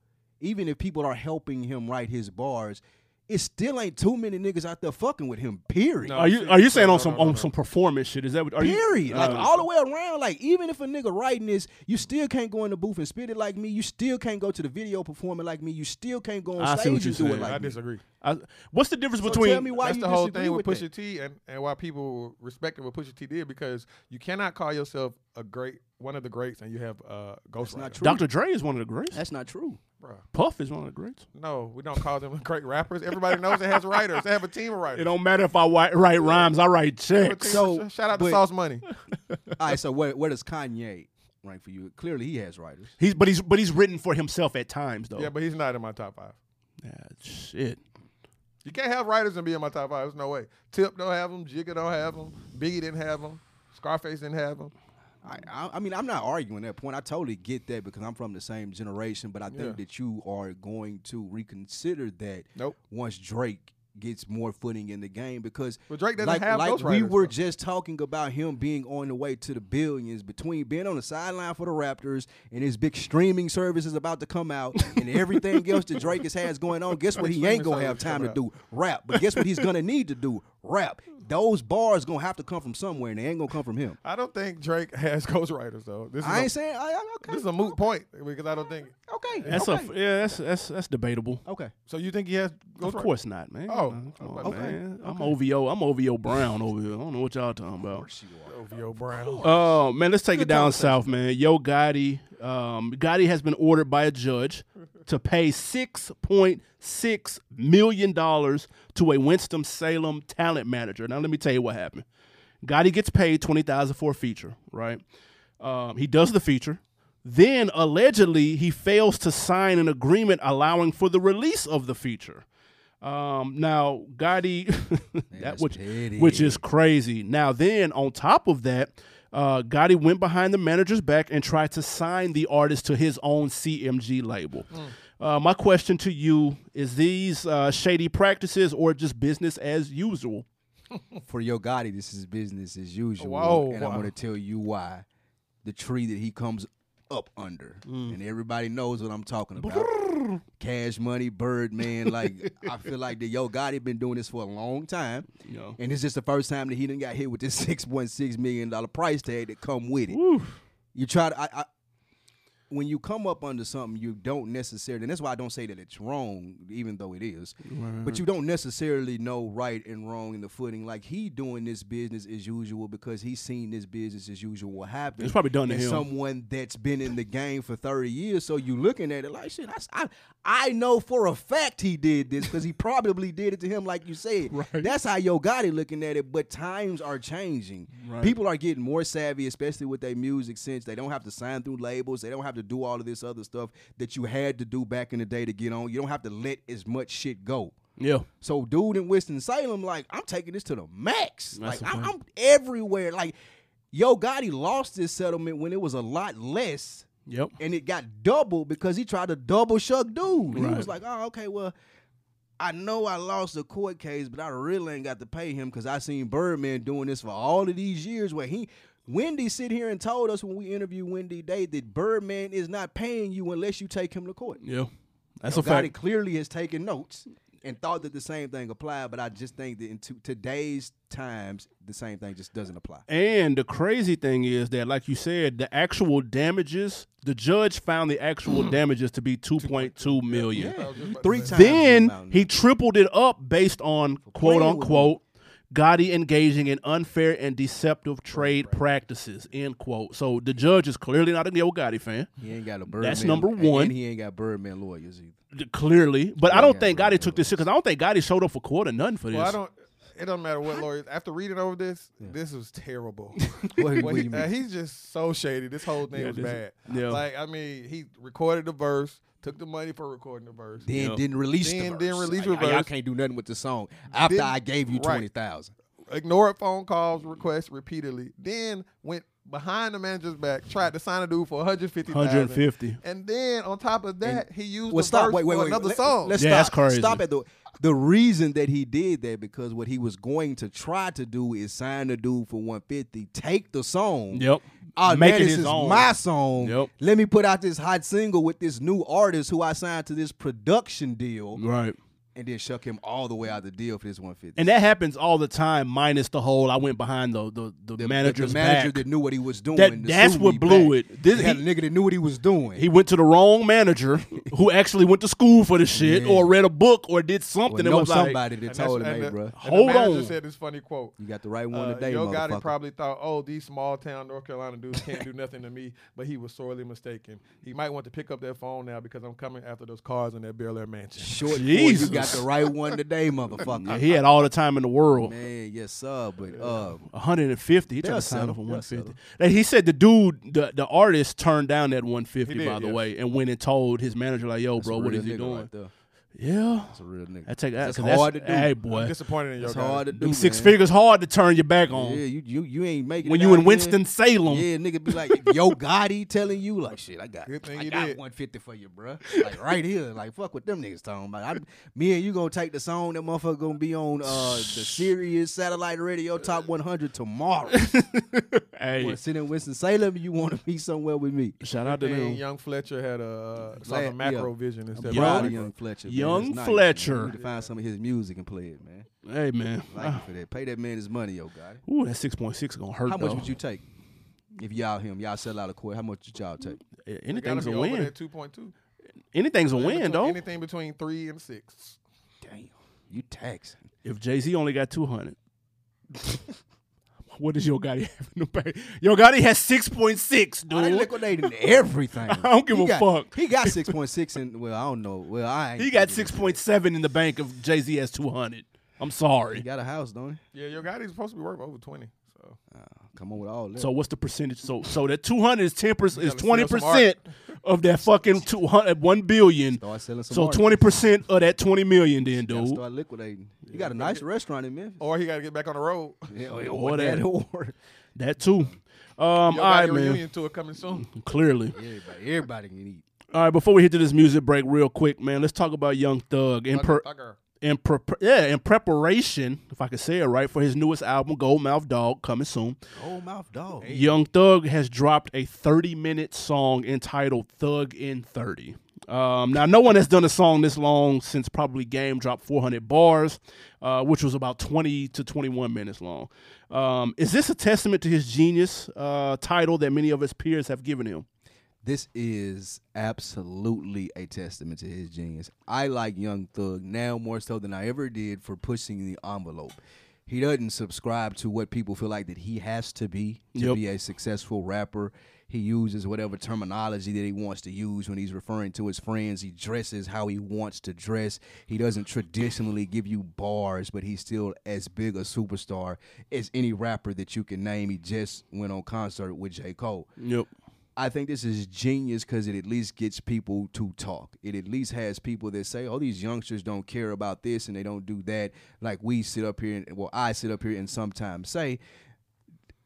B: even if people are helping him write his bars, it still ain't too many niggas out there fucking with him. Period.
C: No,
A: Are
C: she-
A: you are you saying
C: no,
A: on
C: no,
A: some
C: no, no,
A: on
C: no.
A: some performance shit? Is that what are you?
B: Period. like
A: uh,
B: all the way around. Like even if a nigga writing this, you still can't go in the booth and spit it like me. You still can't go to the video performing like me. You still can't go
A: I
B: on
A: see
B: stage
A: what
B: and
A: you're
B: do it
A: saying.
B: like
C: I
B: me.
C: disagree.
A: I- what's the difference
B: So
A: between?
B: tell me why
C: That's
B: you
C: the whole
B: disagree
C: thing with
B: with
C: Pusha T and, and why people respected what Pusha T did because you cannot call yourself a great one of the greats and you have uh, Ghost
B: That's not
A: Dr.
B: true.
C: Rider.
A: Dre is one of the greats.
B: That's not true.
C: Bruh.
A: Puff is one of the greats.
C: No, we don't call them great rappers. Everybody knows it has writers. They have a team of
A: It
C: writers.
A: don't matter if I write, write rhymes, I write checks.
B: So,
C: shout out
B: but-
C: to Sauce Money.
A: Oh.
B: all right. So where, where does Kanye rank for you? Clearly, he has writers.
A: He's but he's but he's written for himself at times though.
C: Yeah, but he's not in my top five.
A: Yeah, shit.
C: You can't have writers and be in my top five. There's no way. Tip don't have them. Jigga don't have them. Biggie didn't have them. Scarface didn't have them.
B: I, I, I mean, I'm not arguing that point. I totally get that because I'm from the same generation, but I think
C: Yeah.
B: that you are going to reconsider that
C: Nope.
B: once Drake gets more footing in the game because
C: But Drake doesn't
B: like,
C: have
B: like we
C: ghostwriters,
B: were
C: though.
B: just talking about him being on the way to the billions between being on the sideline for the Raptors and his big streaming service is about to come out and everything else that Drake has has going on. Guess what? He ain't
C: Streaming
B: gonna have
C: service
B: time
C: coming
B: to
C: out.
B: do rap, but guess what? He's gonna need to do rap. Those bars gonna have to come from somewhere, and they ain't gonna come from him.
C: I don't think Drake has ghostwriters though. This is
B: I
C: a-
B: ain't saying. I, I, okay.
C: this is a moot point because I don't think.
B: Okay.
A: That's
B: okay.
A: a yeah. That's that's that's debatable.
B: okay.
C: So you think he has ghostwriters?
A: Of course not, man.
C: Oh,
A: Nah, come on,
C: okay.
A: man. I'm OVO. I'm OVO Brown over here. I don't know what y'all talking about.
C: OVO Brown.
A: Oh man, let's take it down south, man. Yo Gotti, um, Gotti has been ordered by a judge to pay six point six million dollars to a Winston Salem talent manager. Now let me tell you what happened. Gotti gets paid twenty thousand for a feature, right? Um, he does the feature. Then allegedly he fails to sign an agreement allowing for the release of the feature. Um, now Gotti, that
B: that's
A: which
B: petty.
A: which is crazy. Now then, on top of that, uh, Gotti went behind the manager's back and tried to sign the artist to his own CMG label. Uh, my question to you is: These uh, shady practices or just business as usual?
B: For Yo Gotti, this is business as usual.
C: Whoa,
B: and I'm
C: wow.
B: going to tell you why. The tree that he comes up under,
C: Mm.
B: and everybody knows what I'm talking about. Cash Money, Birdman, like I feel like the Yo Gotti been doing this for a long time,
A: Yeah.
B: and it's just the first time that he didn't got hit with this six point six million dollar price tag that come with it. You try to. I, I, when you come up under something, you don't necessarily, and that's why I don't say that it's wrong, even though it is, but you don't necessarily know right and wrong in the footing. Like he doing this business as usual because he's seen this business as usual happen.
A: It's probably done to
B: and
A: him.
B: Someone that's been in the game for 30 years. So you looking at it like, shit, I, s- I, I know for a fact he did this because he probably did it to him, like you said. That's how Yo Gotti looking at it, but times are changing. People are getting more savvy, especially with their music since they don't have to sign through labels. They don't have to do all of this other stuff that you had to do back in the day to get on. You don't have to let as much shit go.
A: Yeah.
B: So, dude in Winston Salem, like I'm taking this to the max.
A: That's
B: like
A: the
B: I'm,
A: point.
B: I'm everywhere. Like Yo Gotti lost this settlement when it was a lot less,
A: Yep.
B: and it got double because he tried to double shuck dude. He
A: Right.
B: was like, oh okay, well. I know I lost the court case, but I really ain't got to pay him because I seen Birdman doing this for all of these years. Where he, Wendy, sit here and told us when we interviewed Wendy Day that Birdman is not paying you unless you take him to court.
A: Yeah. That's
B: Yo
A: a fact.
B: Gotti clearly has taken notes and thought that the same thing applied, but I just think that in to, today's times, the same thing just doesn't apply.
A: And the crazy thing is that, like you said, the actual damages, the judge found the actual damages to be 2.2 million.
C: I was just about to
B: Three
C: say.
B: times. the
A: Then
B: amount.
A: he tripled it up based on quote
B: playing with
A: unquote Gotti engaging in unfair and deceptive trade practices, end quote. So the judge is clearly not a Neo Gotti fan.
B: He ain't got a Birdman.
A: That's number
B: and-
A: one.
B: And he ain't got Birdman lawyers either.
A: D- Clearly. But I don't
B: yeah,
A: think
B: right,
A: Gotti took this because I don't think Gotti showed up for quarter none for this.
C: Well, I don't. It doesn't matter what lawyer. After reading over this, this was terrible.
B: What- what
C: he-
B: you mean?
C: uh, he's just so shady. This whole thing
A: Yeah,
C: was
A: this
C: bad.
A: is- yeah.
C: Like I mean, he recorded the verse, took the money for recording the verse.
B: Then didn't release the
C: Then
B: verse.
C: didn't release the
B: Like, Y'all
C: verse.
B: can't do nothing with the song after
C: Didn't-
B: I gave you
C: right.
B: twenty thousand.
C: ignored phone calls, requests repeatedly. Then went behind the manager's back, tried to sign a dude for 150.
A: 150.
C: And then on top of that, he used
B: Well,
C: the
B: stop.
C: verse
B: Wait, wait,
C: for
B: wait.
C: another
B: Let-
C: song.
B: Let's
A: Yeah,
B: stop.
A: that's crazy.
B: Stop at the the reason that he did that because what he was going to try to do is sign the dude for one fifty, take the song.
A: Yep.
B: Oh,
A: Make
B: man,
A: it
B: this
A: his
B: is
A: own.
B: my song.
A: Yep.
B: Let me put out this hot single with this new artist who I signed to this production deal,
A: Right.
B: and then shuck him all the way out the deal for this one fifty.
A: And that happens all the time, minus the whole I went behind the the, the, manager's
B: the manager
A: back.
B: that knew what he was doing.
A: That-
B: the
A: that's
B: suit
A: what
B: we
A: blew
B: back.
A: it. This-
B: You had
A: he-
B: a nigga that knew what he was doing.
A: he went to the wrong manager who actually went to school for the shit or read a book or did something
B: Well,
A: that
B: know
A: was like,
B: somebody that
C: And that's-
B: told him,
C: and
B: hey,
C: the-
B: bro,
C: and
A: Hold
C: the manager
A: on.
C: said this funny quote.
B: you got the right one
C: Uh,
B: today,
C: Yo Gotti
B: motherfucker.
C: probably thought, oh, these small town North Carolina dudes can't do nothing to me, but he was sorely mistaken. He might want to pick up that phone now because I'm coming after those cars in that Bel Air mansion.
B: Short boy,
A: Jesus.
B: you got the right one today, motherfucker.
A: Yeah, he had all the time in the world.
B: Man, yes sir, but uh,
A: 150. He tried
B: They'll
A: to sign
B: settle.
A: up for
B: They'll
A: 150. And he said the dude, the, the artist, turned down that 150
C: He did,
A: by the
C: yes.
A: way, and went and told his manager like, "Yo, bro, what
B: real
A: is he
B: nigga
A: doing?"
B: Right there.
A: yeah,
B: That's a real nigga.
A: I take that.
B: That's
A: 'cause
B: hard to do.
A: Hey, boy,
C: I'm disappointed in Yo
B: It's
C: Gotti.
B: hard to do.
A: them six
B: man.
A: figures hard to turn your back on
B: Yeah, you you you ain't making
A: when
B: it
A: you
B: out
A: in
B: here.
A: Winston Salem.
B: Yeah, nigga be like, yo, Gotti telling you like, shit, I got,
C: Good thing
B: I
C: you
B: got
C: did.
B: 150 for you, bruh. Like right here, like fuck what them niggas talking about. I, me and you gonna take the song that motherfucker gonna be on uh the Sirius satellite radio top 100 tomorrow.
A: Hey,
B: want to sit in Winston Salem? You want to be somewhere with me?
A: shout out to
C: Then
A: them.
C: Young Fletcher had a uh, sort
B: Glad-
C: of macro
B: yeah.
C: vision instead
A: Young-
C: of
B: Proud
C: a
B: of
C: micro.
B: Young Fletcher. man.
A: Young
B: It's nice, man.
A: Fletcher.
B: We need to find some of his music and play it, man.
A: Hey, man.
B: Like you for that. Pay that man his money, yo, God.
A: Ooh, that 6.6 gonna hurt.
B: How
A: though.
B: much would you take if y'all him? Y'all sell out of court. How much would y'all take?
A: Yeah,
C: It gotta
A: Anything's
C: be
A: a
C: over
A: win.
C: that 2.2.
A: Anything's a
C: Between-
A: win, though.
C: Anything between three and six.
B: Damn, you taxing.
A: If Jay Z only got two hundred, what does Yo Gotti have in the pay? Yo Gotti has six point six,
B: Oh, they
A: dude.
B: liquidated everything. I
A: don't give
B: he
A: a
B: got,
A: fuck.
B: He got six point six and well, I don't know. Well, I ain't
A: He got
B: thinking
A: six point seven in the bank. If Jay Z has two hundred, I'm
B: He
A: sorry.
B: got a house, don't he? Uh,
C: Yeah, Yo Gotti's supposed to be worth over 20. So
B: Come on with all that.
A: So what's the percentage? So so that two hundred is ten percent is
C: gotta sell
A: twenty
C: some
A: percent of that fucking two hundred one billion.
B: Start selling some
A: So
B: art.
A: twenty percent of that twenty million, then
B: Gotta
A: dude. Oh,
B: start liquidating. You got a nice restaurant in Memphis.
C: Or he got to get back on the road.
B: Yeah,
A: or that.
B: or
A: That too. Um, all
C: Yo
A: right,
C: Gotti
A: man.
C: reunion tour coming soon.
A: Clearly.
B: everybody, everybody can eat.
A: All right. Before we hit to this music break, real quick, man. Let's talk about Young Thug and per-
C: Tucker.
A: in pre- yeah in preparation, if I could say it right, for his newest album, Gold Mouth Dog, coming soon.
B: Old mouth dog.
A: Young Thug has dropped a 30 minute song entitled Thug in 30. Um, now, no one has done a song this long since probably Game dropped 400 Bars, uh, which was about 20 to 21 minutes long. Um, is this a testament to his genius uh, title that many of his peers have given him?
B: This is absolutely a testament to his genius. I like Young Thug now more so than I ever did for pushing the envelope. He doesn't subscribe to what people feel like that he has to be to
A: Yep.
B: be a successful rapper. He uses whatever terminology that he wants to use when he's referring to his friends. He dresses how he wants to dress. He doesn't traditionally give you bars, but he's still as big a superstar as any rapper that you can name. He just went on concert with J. Cole.
A: Yep.
B: I think this is genius because it at least gets people to talk. It at least has people that say, "Oh, these youngsters don't care about this and they don't do that." Like we sit up here, and well, I sit up here and sometimes say,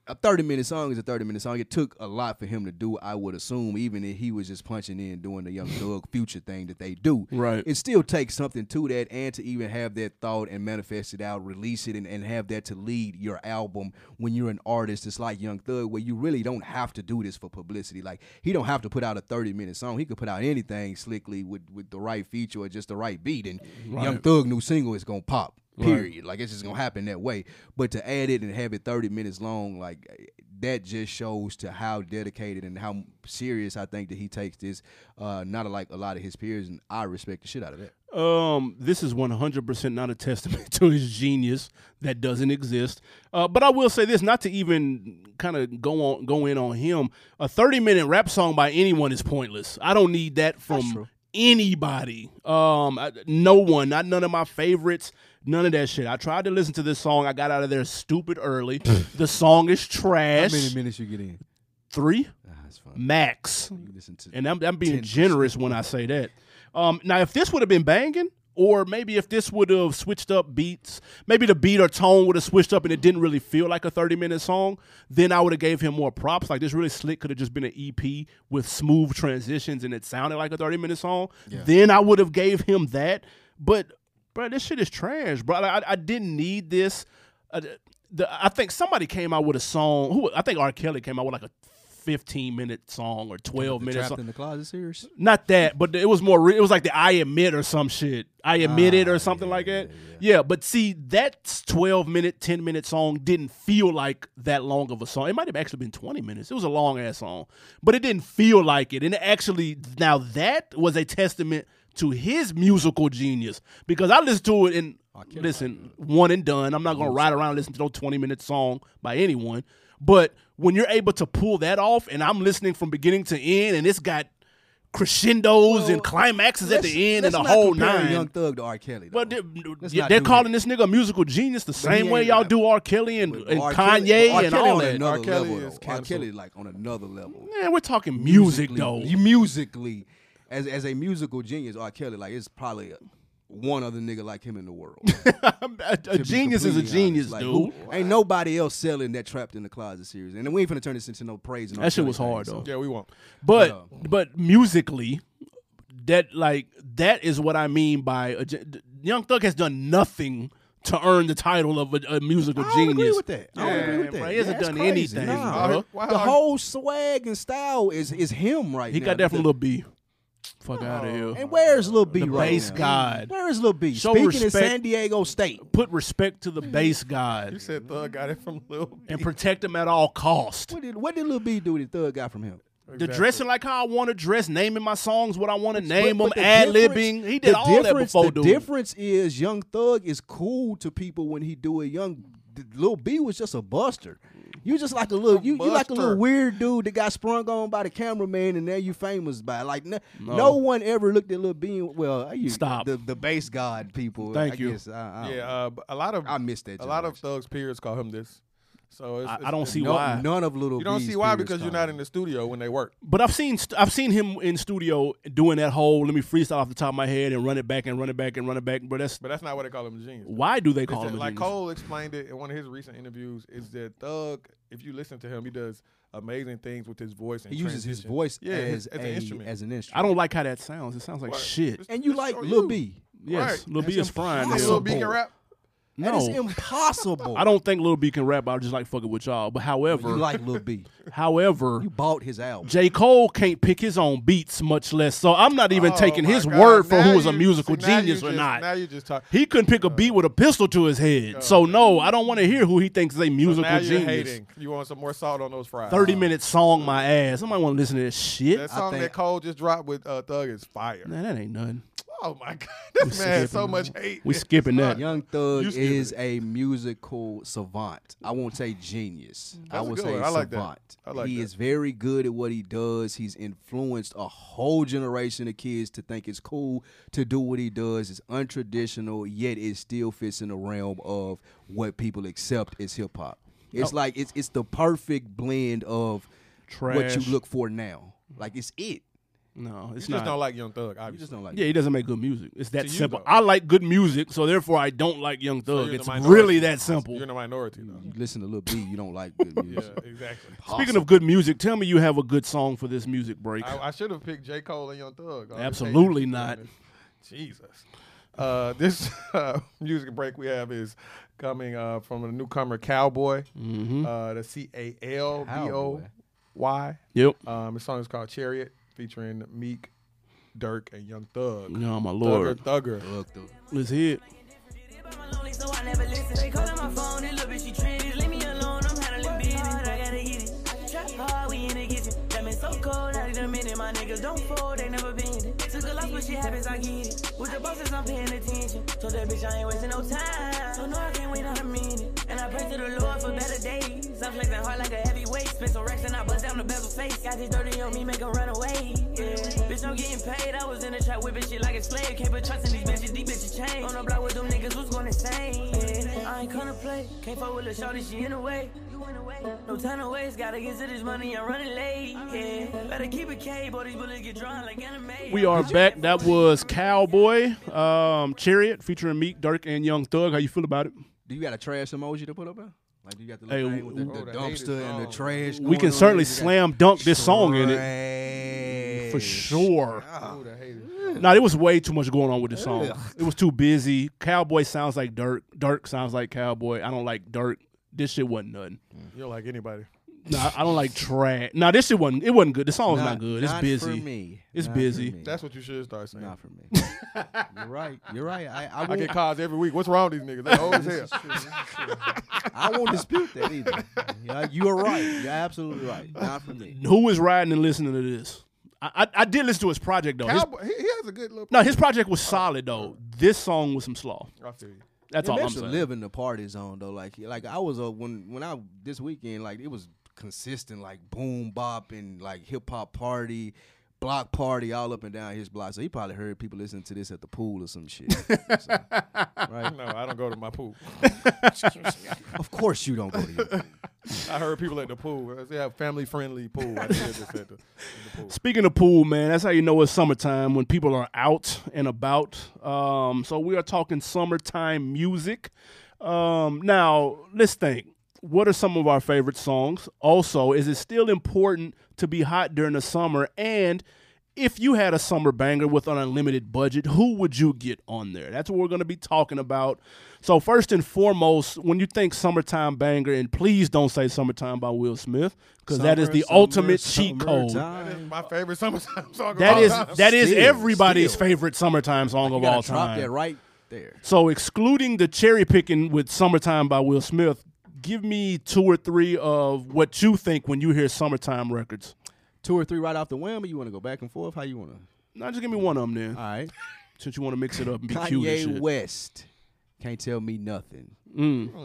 B: a 30 minute song is a 30 minute song. It took a lot for him to do, I would assume, even if he was just punching in doing the Young Thug future thing that they do.
A: Right.
B: It still takes something to that and to even have that thought and manifest it out, release it, and, and have that to lead your album when you're an artist. It's like Young Thug, where you really don't have to do this for publicity. Like, he don't have to put out a 30 minute song. He could put out anything slickly with, with the right feature or just the right beat, and Young Thug new single is going to pop period. Like it's just gonna happen that way. But to add it and have it 30 minutes long, like that just shows to how dedicated and how serious I think that he takes this. Uh, not like a lot of his peers, and I respect the shit out of that.
A: Um, this is 100% not a testament to his genius that doesn't exist. Uh, but I will say this, not to even kind of go on go in on him. A 30 minute rap song by anyone is pointless. I don't need that from anybody. Um, I- no one, not none of my favorites, none of that shit. I tried to listen to this song. I got out of there stupid early. the song is trash.
B: minutes you get in?
A: Three
B: that's fine.
A: max.
B: You listen to
A: And I'm, I'm being generous when I say that. Um, now, if this would have been banging, or maybe if this would have switched up beats, maybe the beat or tone would have switched up and it didn't really feel like a 30 minute song, then I would have gave him more props. Like this really slick could have just been an EP with smooth transitions and it sounded like a 30 minute song. Then I would have gave him that. But, bro, this shit is trash, bro. I, I, I didn't need this. I, the, I think somebody came out with a song. Who I think R. Kelly came out with like a 15 minute song or 12 minute song
B: trapped in the closet series.
A: not that, but it was more. Re- it was like the I admit or some shit. I admit it or something like that. Ah, Yeah, but see, that twelve minute, ten minute song didn't feel like that long of a song. It might have actually been twenty minutes. It was a long ass song, but it didn't feel like it. And it actually, now that was a testament to his musical genius because I listened to it and listen, one and done. I'm not gonna ride around and listen to no twenty minute song by anyone. But when you're able to pull that off, and I'm listening from beginning to end, and it's got crescendos and climaxes at
B: Let's-
A: the end and
B: let's
A: the
B: not
A: whole
B: compare
A: nine.
B: Young Thug to R. Kelly.
A: but
B: though.
A: they're,
B: Let's
A: yeah,
B: not
A: they're
B: do
A: calling
B: that.
A: this nigga a musical genius the same
B: he
A: way
B: ain't
A: y'all
B: rap.
A: do R. Kelly and,
B: But
A: and
B: R.
A: Kanye
B: Kelly- R.
A: and
B: Kelly
A: all
B: on
A: that.
B: Another
C: R. Kelly
B: level,
C: is
B: though. R.
C: canceled.
B: Kelly like on another level.
A: Man, we're talking music
B: musically-
A: though.
B: You musically, as as a musical genius, R. Kelly, like it's probably one other nigga like him in the world.
A: a, a
B: To be
A: genius is a
B: completely honest,
A: genius,
B: like,
A: dude.
B: who- ain't nobody else selling that trapped in the closet series, and we ain't finna turn this into no praise. and no
A: That shit
B: Kelly um,
A: was
B: thing,
A: hard,
B: so-
A: though.
C: Yeah, we won't.
A: But but musically, that like that is what I mean by a, gen- Young Thug has done nothing to earn the title of a, a musical
B: I don't
A: genius.
B: agree with that. I don't agree
A: Yeah,
B: with that.
A: bro, he hasn't
B: That's
A: done
B: crazy.
A: anything,
B: Nah.
A: bro.
C: Why-
B: The whole swag and style is is him right
A: He
B: now.
A: got that
B: The- Oh.
A: from Lil B. Fuck out of here.
B: And where's Lil B
A: The
B: right
A: base
B: now?
A: god.
B: Where is Lil B?
A: Show
B: Speaking in
A: respect.
B: San Diego State.
A: Put respect to the bass god.
C: You said Thug got it from Lil. B.
A: and protect them at all cost.
B: What did what did Lil B do that Thug got from him?
A: The dressing like how I want to dress, naming my songs what I want to name
B: But- but
A: them,
B: the
A: ad
B: difference-
A: libbing. He did
B: the
A: all that
B: difference-
A: before,
B: the
A: dude.
B: difference is Young Thug is cool to people when he do it. Young th- Lil B was just a buster. You just like a little you, you like a little
C: buster.
B: weird dude that got sprung on by the cameraman and now you famous by it. like no, no one ever looked at Lil B. and- Well, you,
A: Stop.
B: the the bass god people.
A: Thank
B: I
A: you.
B: Guess, I,
A: Oh.
B: I,
C: Yeah, uh, but a lot of
B: I missed that
C: A lot of
B: generation.
C: Thug's peers call him this. So it's,
A: I- I
C: it's-
A: don't
C: it's
A: see
C: no-
A: why.
B: no, none of Lil
C: You don't
B: B's
C: see why
B: peers
C: because you're
B: call
C: not
B: him.
C: in the studio when they work.
A: But I've seen st- I've seen him in studio doing that whole let me freestyle off the top of my head and run it back and run it back and run it back. But that's
C: But that's not what they call him, genius.
A: why do they
C: It's
A: call
C: that-
A: him a
C: like
A: genius?
C: Cole explained it in one of his recent interviews. Is that Thug? If you listen to him, he does amazing things with his voice. And
B: He uses his
C: transition.
B: voice
C: Yeah,
B: as,
C: as an
B: a-
C: instrument.
B: as an instrument.
A: I don't like how that sounds. It sounds like shit.
B: and you
C: Just
B: like
C: show
B: Lil
C: you.
B: B.
A: Yes,
C: Right.
A: Lil B is frying.
C: Think
A: him.
C: Lil B can rap.
B: That is
A: No,
B: impossible.
A: I don't think Lil B can rap. I just like fucking with y'all. But however,
B: You like Lil B.
A: however,
B: You bought his album.
A: J. Cole can't pick his own beats, much less. So I'm not even
C: Oh,
A: taking
C: my
A: his
C: God.
A: word for
C: Now
A: who is a
C: you-
A: musical
C: see, now you
A: genius or
C: just-
A: not.
C: Now you just talk.
A: He couldn't pick a beat with a pistol to his head. so no, I don't want to hear who he thinks is a musical
C: now you're
A: genius.
C: hating. Oh. You want some more salt on those fries?
A: Thirty minute song, my ass. Somebody want to listen to this shit?
C: That song
B: think-
C: that Cole just dropped with uh, Thug is fire.
A: nah, that ain't nothing.
C: Oh my god, this man has so
A: skipping
C: much hate.
A: We skipping that.
B: Young Thug
C: You skipping
B: is a musical savant. I won't say genius. I
C: That's a
B: will
C: good
B: say
C: one. I like that.
B: savant.
C: I like
B: he
C: that.
B: is very good at what he does. He's influenced a whole generation of kids to think it's cool to do what he does. It's untraditional, yet it still fits in the realm of what people accept as hip hop. It's like it's it's the perfect blend of what
A: Trash.
B: you look for now. Like it's it.
A: No, it's
C: you
A: not.
C: just don't like Young Thug.
B: You
C: Obviously,
B: just don't like
A: yeah, he doesn't make good music. It's that
C: To you,
A: simple.
C: though.
A: I like good music, so therefore I don't like Young
C: So
A: Thug.
C: you're the
A: it's
C: minority.
A: really that simple.
C: You're in the minority though.
B: You listen to Lil B, you don't like good
C: Yeah,
B: music.
C: exactly.
A: Speaking of good music, tell me you have a good song for this music break.
C: I, I should have picked J. Cole and Young Thug. I
A: Absolutely
C: hate-
A: not.
C: Jesus. Uh, this uh, music break we have is coming uh, from a newcomer, Cowboy.
A: Mm-hmm.
C: Uh, the C A L B O Y.
A: yep.
C: Um, the song is called Chariot, featuring Meek, Dirk, and Young Thug.
A: No, my
C: Thugger,
A: lord.
C: Thugger.
B: Fuck the-
A: Let's hear it.
D: By my lonely, so I never listen. They calling my phone, it look bitch, she trendy. Leave me alone, I'm handling business. I gotta get it. Trap hard, we in the kitchen. That been so cold, not in a minute. My niggas don't fold, they never been it. Took a loss, but shit happens, I get it. With the bosses, I'm paying attention. Told that bitch I ain't wasting no time. So no, I can't wait on a minute. And I pray to the Lord for better days. I'm flexing hard like a heavyweight. Spent some racks and I bust down the bezel face. Got this dirty on me, make 'em run away. Yeah. Bitch, I'm getting paid. I was in the trap whipping shit like a slave. Can't put trust in these bitches. These bitches change. On the block with them niggas, who's going insane? Yeah. I ain't gonna play. Can't fuck with a shorty, she in the way. No time to waste. Gotta get to this money. I'm running late. Yeah. Better keep it K, boy. These bullets get drawn like anime.
A: We are back. That was Cowboy, um, Chariot, featuring Meek, Dirk, and Young Thug. How you feel about it?
B: Do you got a trash emoji to put up there? Like you got the,
A: Hey,
B: little thing with the,
A: we-
B: the
C: Oh, that hated
B: dumpster and the
C: song.
B: trash.
A: We can certainly slam dunk this song in it
B: it
A: for sure.
B: Ah.
C: Ooh, that hated.
A: Nah, there was way too much going on with this song. It was too busy. Cowboy sounds like Dirk. Dirk sounds like Cowboy. I don't like Dirk. This shit wasn't nothing.
C: Mm. You don't like anybody.
A: Nah, I don't like trash. Nah, this shit wasn't. It wasn't good. The song was not, good. It's
B: not
A: busy.
B: For me.
A: It's
B: Not for
A: busy.
B: me.
C: That's what you should start saying.
B: not for me. You're right. You're right. I, I,
C: I
B: won't,
C: get calls every week. What's wrong with these niggas? They old as hell.
B: I won't dispute that either. Yeah, you are right. You're absolutely right. Not for me.
A: Who is riding and listening to this? I, I, I did listen to his project though. His,
C: Cowboy, he, he has a good little.
A: no, his project
B: Oh,
A: was solid though. This song was some slaw.
C: I feel you.
A: That's
B: Yeah,
A: all I'm
B: that's a
A: saying.
B: living the party zone though. Like like I was uh, when when I this weekend like it was consistent like boom bop and like hip hop party. Block party all up and down his block, so he probably heard people listening to this at the pool or some shit. So, right?
C: No, I don't go to my pool.
B: Of course you don't go to your pool.
C: I heard people at the pool. uh, They have family friendly pool. I did this at the, at the pool.
A: Speaking of pool, man, that's how you know it's summertime when people are out and about. Um, so we are talking summertime music. Um, now, let's think. What are some of our favorite songs? Also, is it still important to be hot during the summer? And if you had a summer banger with an unlimited budget, who would you get on there? That's what we're going to be talking about. So, first and foremost, when you think summertime banger, and please don't say summertime by Will Smith, because that is
B: Summer,
A: the
B: summer,
A: ultimate cheat code.
C: That is
B: summertime.
C: my favorite summertime song.
A: That
C: of all
A: is Mm.
C: time.
A: that is
B: Oh, Still,
A: everybody's
B: still.
A: favorite summertime song
B: You
A: of
B: gotta
A: all
B: drop
A: time.
B: that right there.
A: So excluding the cherry picking with "Summertime" by Will Smith, give me two or three of what you think when you hear "Summertime" records.
B: Two or three right off the wham, or you want to go back and forth? How you want to?
A: Now just give me one of them then,
B: All right.
A: since you want to mix it up and be cute and
B: Uh, Kanye
A: shit.
B: West. Can't tell me nothing.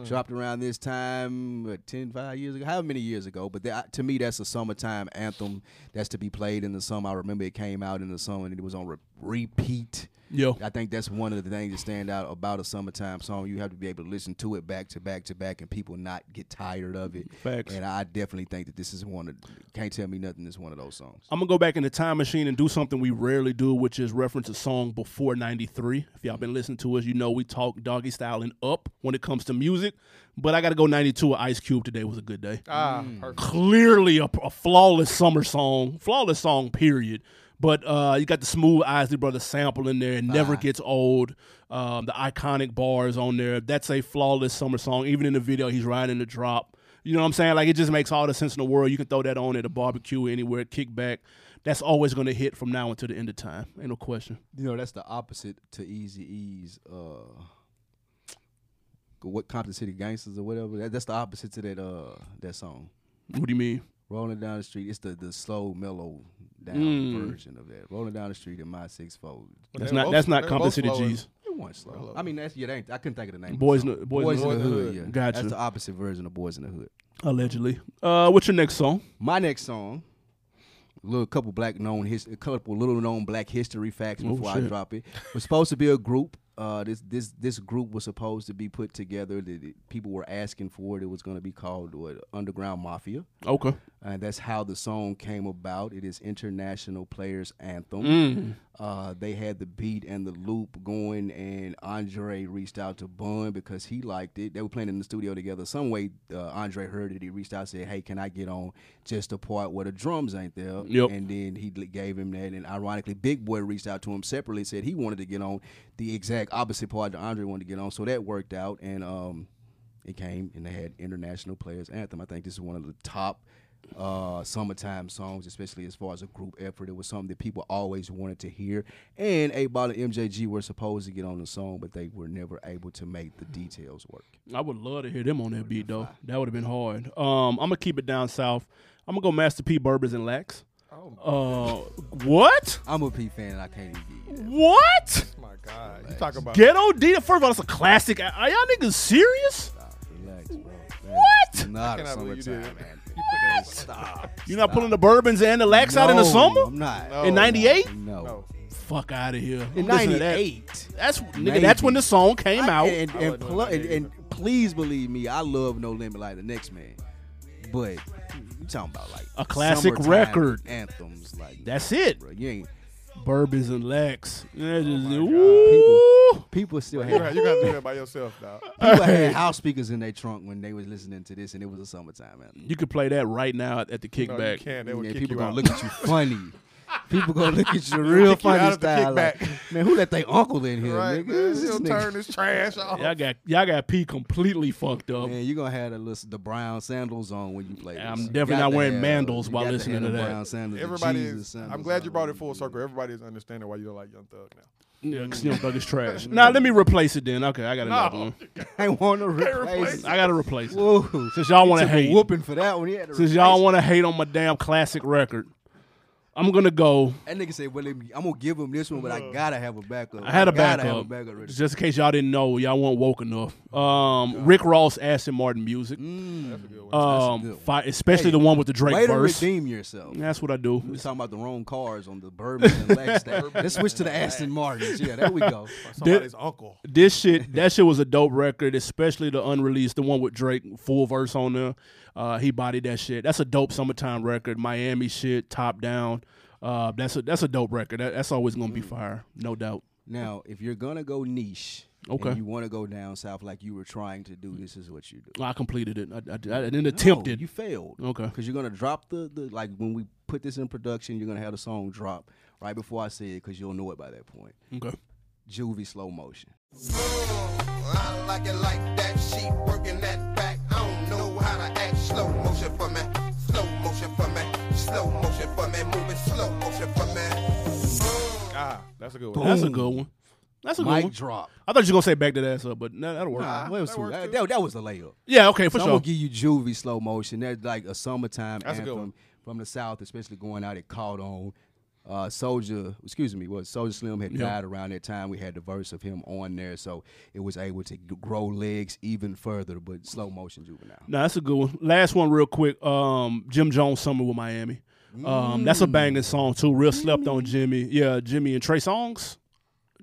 B: Dropped around this time, what, 10, 5 years ago, however many years ago. But that, to me, that's a summertime anthem that's to be played in the summer. I remember it came out in the summer and it was on re- repeat.
A: Yo.
B: I think that's one of the things that stand out about a summertime song. You have to be able to listen to it back to back to back and people not get tired of it.
A: Facts.
B: And I definitely think that this is one of, Can't Tell Me Nothing is one of those songs.
A: I'm gonna go back in the time machine and do something we rarely do, which is reference a song before '93. If y'all been listening to us, you know we talk doggy style and up when it comes to music. But I gotta go '92 with Ice Cube. Today was a good day.
C: ah perfect.
A: clearly a, a flawless summer song, flawless song, period. But uh, you got the smooth Isley Brothers sample in there, it
C: Ah.
A: never gets old. Um, the iconic bars on there. That's a flawless summer song. Even in the video, he's riding the drop. You know what I'm saying? Like it just makes all the sense in the world. You can throw that on at a barbecue anywhere, kick back. That's always going to hit from now until the end of time. Ain't no question.
B: You know, that's the opposite to Easy E's. Uh, what Compton City Gangsters or whatever. That, that's the opposite to that uh that song.
A: What do you mean?
B: Rolling down the street. It's the the slow mellow down version of that. Rolling down the street in my six fold.
A: That's
C: They're
A: not
C: both-
A: that's not
C: they're
A: Compton
C: both
A: City
C: flowing.
A: G's.
B: It wasn't slow. I mean, that's yeah. That ain't, I couldn't think of the name. of the
A: Boys,
B: song.
A: in the, boys,
B: Boys
A: in the,
B: in the hood. Yeah.
A: Gotcha.
B: That's the opposite version of Boys in the hood.
A: allegedly. Uh, what's your next song?
B: My next song, a little couple black known his a couple little known black history facts before I
A: shit.
B: drop it. Was supposed to be a group uh, this this this group was supposed to be put together. That it, people were asking for it. It was going to be called what, Underground Mafia,
A: Okay.
B: and Uh, that's how the song came about. It is International Players Anthem. Uh, they had the beat and the loop going, and Andre reached out to Bun because he liked it. They were playing in the studio together. Some way, uh, Andre heard it. He reached out, said, "Hey, can I get on just the part where the drums ain't there?"
A: Yep.
B: And then he li- gave him that. And ironically, Big Boy reached out to him separately, said he wanted to get on the exact opposite part that Andre wanted to get on. So that worked out, and um, it came and they had International Players Anthem. I think this is one of the top uh, summertime songs, especially as far as a group effort. It was something that people always wanted to hear. And A Ball and MJG were supposed to get on the song, but they were never able to make the details work.
A: I would love to hear them on that beat though. That would have been hard. Um, I'm gonna keep it down south. I'm gonna go Master P, Burbers, and Lax. Oh. Uh, what?
B: I'm a P fan and I can't even get you that.
A: What?
C: Oh My God, you talk about
A: Ghetto D. First of all, that's a classic. Are- Are y'all niggas serious?
B: Relax, bro.
A: What?
B: Not a
C: cannot believe you
B: summertime
C: did that.
B: anthem.
A: Stop. You're not pulling the bourbons and the lax out in the
B: No,
A: summer
B: I'm not.
A: in '98?
B: No.
C: no.
A: Fuck out of here.
B: In
A: I'm listening to that.
B: '98.
A: That's nigga.
B: Maybe.
A: That's when the song came out.
B: And, and,
C: wasn't
B: pl-
C: on that
B: and,
C: either.
B: and please believe me, I love No Limit like the next man. But you talking about like
A: A classic
B: summertime
A: record.
B: anthems like
A: that's it.
B: bro, you ain't
A: Bourbons and lax. Yeah, just-
C: Oh, God.
A: ooh.
B: people still
C: You got
B: had
C: you got to do that by yourself, dog.
B: people had house speakers in their trunk when they was listening to this and it was a summertime anthem.
A: You could play that right now at the
C: No,
A: kickback.
C: you can't. They would
B: Yeah,
C: kick
B: people
C: you
B: gonna
C: out.
B: look at you funny. People gonna look at you real
C: kick you out
B: funny
C: of the
B: style. like,
C: kickback.
B: man, who let they uncle in here,
C: right,
B: nigga?
C: man.
B: This
C: You'll
B: nigga-
C: turn this trash off.
A: Y'all got y'all got P completely fucked up.
B: Man, you gonna have the, list, the brown sandals on when you play.
A: Um, I'm
B: this. You
A: definitely
B: got
A: not
B: to
A: wearing
B: have-
A: mandals
B: you
A: while
B: got to
A: listening
B: have
A: to
B: the
A: that.
B: Brown sandals, the
C: Everybody
B: Jesus
C: is. I'm
B: sandals
C: glad
B: on
C: you brought
B: when
C: it full circle. Everybody is understanding why you don't like Young Thug now.
A: Yeah, Slim Thug is trash. nah, let me replace it then. Okay, I got another one.
B: I want to replace.
C: replace
B: it.
A: I gotta replace it.
B: Whoa.
A: Since y'all want to
B: Took a
A: hate,
B: whooping for that one. He had to
A: since
B: replace
A: y'all
B: it.
A: want to hate on my damn classic record, I'm gonna go.
B: That nigga said, "Well, let me- I'm gonna give him this one, but I gotta have a backup.
A: I had a
B: gotta
A: backup,
B: Have a backup ready.
A: just in case y'all didn't know. Y'all weren't woke enough. Um, Rick Ross, Aston Martin music,
C: That's a good one.
B: Mm. good
A: um,
B: one.
A: fi- especially the one with the Drake
B: Way to
A: verse.
B: redeem yourself.
A: That's what I do.
B: We talking about the wrong cars on the Bourbon and Lex. Let's switch to the Aston Martins. Yeah, there we go.
C: Somebody's uncle.
A: This shit, that shit was a dope record, especially the unreleased, the one with Drake, full verse on there. Uh, he bodied that shit. That's a dope summertime record. Miami shit, top down. Uh, that's a that's a dope record. That, that's always gonna be
B: Mm.
A: fire, no doubt.
B: Now, if you're gonna go niche, and
A: Okay.
B: you want to go down south like you were trying to do, this is what you do.
A: I completed it. I, I, I didn't
B: No,
A: attempt it.
B: Oh, You failed.
A: Okay.
B: Because you're gonna drop the, the like when we put this in production, you're gonna have the song drop right before I say it because you'll know it by that point.
A: Okay.
B: Juvie slow motion.
E: I like it like that. She working that back. I don't know how to act. Slow motion for me. Slow motion for me. Slow motion for me. Moving slow motion for me.
C: Ah, that's a good
A: That's
C: one.
A: a good one. That's a good
B: Mic
A: one.
B: drop.
A: I thought you were gonna say back that ass up, but no, that'll work.
B: Nah, well, it was
C: that
B: smooth.
C: works
B: that,
C: too.
B: that- that was the layup.
A: Yeah, okay, for
B: so I'm
A: sure.
B: gonna give you Juvie slow motion. That's like a summertime
C: That's a good
B: anthem
C: one.
B: from the South, especially going out. It caught on. Uh, Soldier, excuse me, was Soldier Slim had
A: Yeah.
B: died around that time. We had the verse of him on there, so it was able to g- grow legs even further. But slow motion juvenile.
A: No, that's a good one. Last one, real quick. Um, Jim Jones summer with Miami. Um, that's a banging song too. Real slept on Jimmy. Yeah, Jimmy and Trey Songs.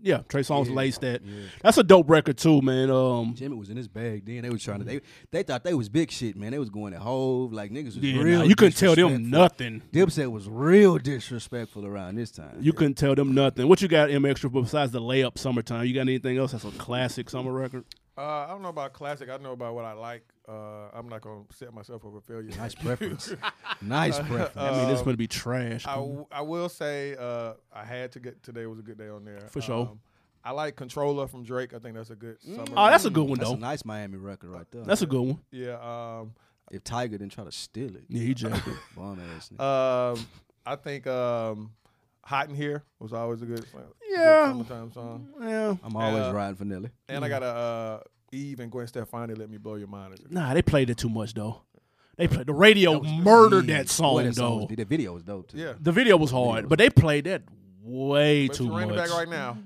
A: Yeah, Trey Songs laced that. That's a dope record too, man. Um,
B: Jimmy was in his bag then. They was trying to
A: Mm-hmm.
B: they they thought they was big shit, man. They was going at Hove like niggas was
A: yeah,
B: real.
A: nah, you couldn't tell them
B: disrespectful.
A: nothing.
B: Dipset was real disrespectful around this time.
A: You couldn't tell them nothing. What you got, M Extra? Besides the layup, summertime. You got anything else? That's a classic summer record.
C: Uh, I don't know about classic. I know about what I like. Uh, I'm not gonna set myself up for failure.
B: nice preference. nice
A: Uh,
B: preference.
A: I mean, it's gonna be trash.
C: I, w- I will say uh, I had to get today was a good day on there Um,
A: For sure.
C: I like Controller from Drake. I think that's a good summer.
A: oh, that's a good one
B: That's
A: though.
B: a nice Miami record right there.
A: that's a good one.
C: yeah. Um,
B: if Tiger didn't try to steal it.
A: Yeah, he jacked it. Uh,
B: Bum ass nigga.
C: um, I think um, Hot in Here was always a good uh, good
A: Yeah. Mm.
C: summertime song.
A: Yeah.
B: I'm always
C: uh,
B: riding for Nelly.
C: And I got a uh, Eve and Gwen Stefani. Let me blow your mind. is a good-
A: Nah, they played it too much though. They played the radio murdered
B: Yeah,
A: that song
B: boy,
A: though.
B: that song was- that video was dope too.
C: Yeah.
A: the video was hard, but they played that way
C: But if
A: too
C: you ring it
A: much.
C: back right now.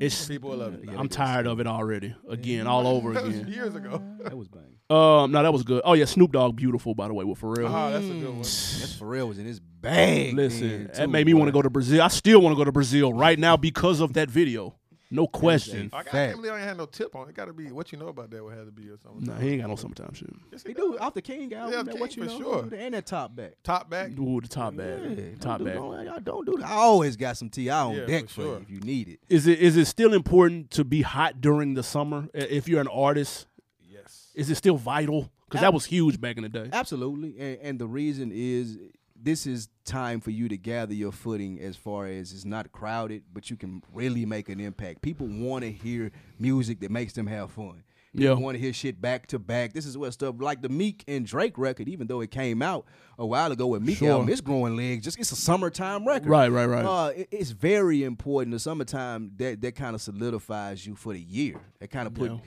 A: it's
C: People will love it.
A: I'm tired of it already. Again, all over
C: That was
A: again.
C: years ago.
B: That was bang.
A: Um, no, that was good. Oh yeah, Snoop Dogg, beautiful by the way, with Pharrell.
C: Oh, that's a good one.
B: That's Pharrell was in his bag.
A: Listen,
B: then,
A: that
B: too,
A: made me want to
B: boy.
A: go to Brazil. I still want to go to Brazil right now because of that video. No question.
C: Like,
B: Fact.
C: I can't believe I ain't had no tip on. it. It got to be what you know about that would have to be or something.
A: Nah, he ain't got no summertime shit.
C: Yes,
B: He
C: it
B: do
C: does.
B: off the King album.
C: Yeah,
B: that
C: King
B: what you
C: for
B: know,
C: sure.
B: and that top back.
C: Top back.
A: Ooh, the top bag.
B: Yeah,
A: top
B: don't
A: bag.
B: Do, I don't do that. I always got some Ti on
C: Yeah, for
B: deck for, you
C: sure.
B: if you need it.
A: Is it is it still important to be hot during the summer i- if you're an artist?
C: Yes.
A: Is it still vital? Because that was huge back in the day.
B: Absolutely, and, and the reason is this is time for you to gather your footing as far as it's not crowded, but you can really make an impact. People want to hear music that makes them have fun. They
A: Yeah.
B: want to hear shit back to back. This is what stuff like the Meek and Drake record, even though it came out a while ago with Meek
A: Sure.
B: album, it's growing legs. Just it's a summertime record.
A: Right, right, right.
B: Uh, it- it's very important. The summertime that that kind of solidifies you for the year. That kind of put it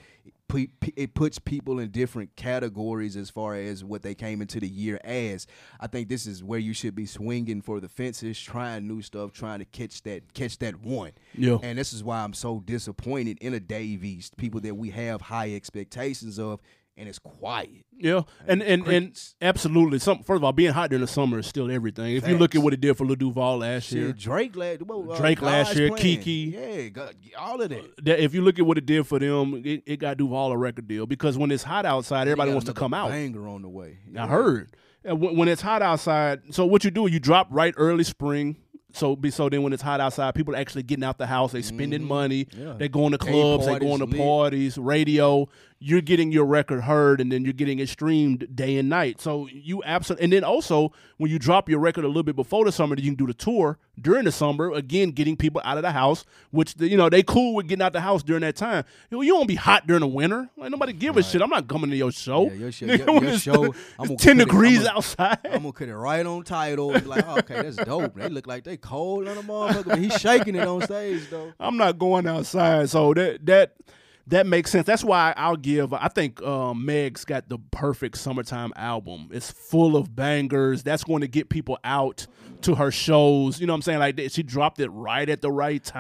B: pu- pu- it puts people in different categories as far as what they came into the year as. I think this is where you should be swinging for the fences, trying new stuff, trying to catch that catch that one.
A: Yeah.
B: And this is why I'm so disappointed in a Davies, people that we have high expectations of, and it's quiet.
A: Yeah, and and, and
B: crickets.
A: absolutely. Some first of all, being hot during the summer is still everything. If you look at what it did for Lil Duval last year,
B: Shit, Drake last well, uh,
A: Drake last
B: God's
A: year,
B: plan.
A: Kiki.
B: yeah, God, all of that.
A: that if you look at what it did for them, it, it got Duval a record deal because when it's hot outside, everybody
B: Got
A: wants to
B: another
A: come out.
B: Banger on the way.
A: I heard. And wh- When it's hot outside, so what you do, you drop right early spring. So be so then when it's hot outside, people are actually getting out the house. They spending money. They going to
B: Day
A: clubs. They
B: parties,
A: going to
B: lit.
A: parties. Radio. You're getting your record heard, and then you're getting it streamed day and night. So you absolutely. And then also when you drop your record a little bit before the summer, then you can do the tour during the summer. Again, getting people out of the house, which the, you know they cool with getting out the house during that time. You, know, you won't be hot during the winter. Like nobody give a shit. I'm not coming to your show.
B: Yeah, your show-
A: Nigga,
B: your-
A: when
B: your
A: it's
B: show,
A: it's
B: I'm gonna
A: ten
B: put it-
A: degrees
B: I'm gonna-
A: outside.
B: I'm gonna cut it right on title. and be like, oh, okay, that's dope. They look like they cold on the motherfucker, but he's shaking it on stage though.
A: I'm not going outside. So that that that makes sense. That's why I'll give. I think uh, Meg's got the perfect summertime album. It's full of bangers. That's going to get people out to her shows. You know what I'm saying? Like that- she dropped it right at the right
B: Yeah,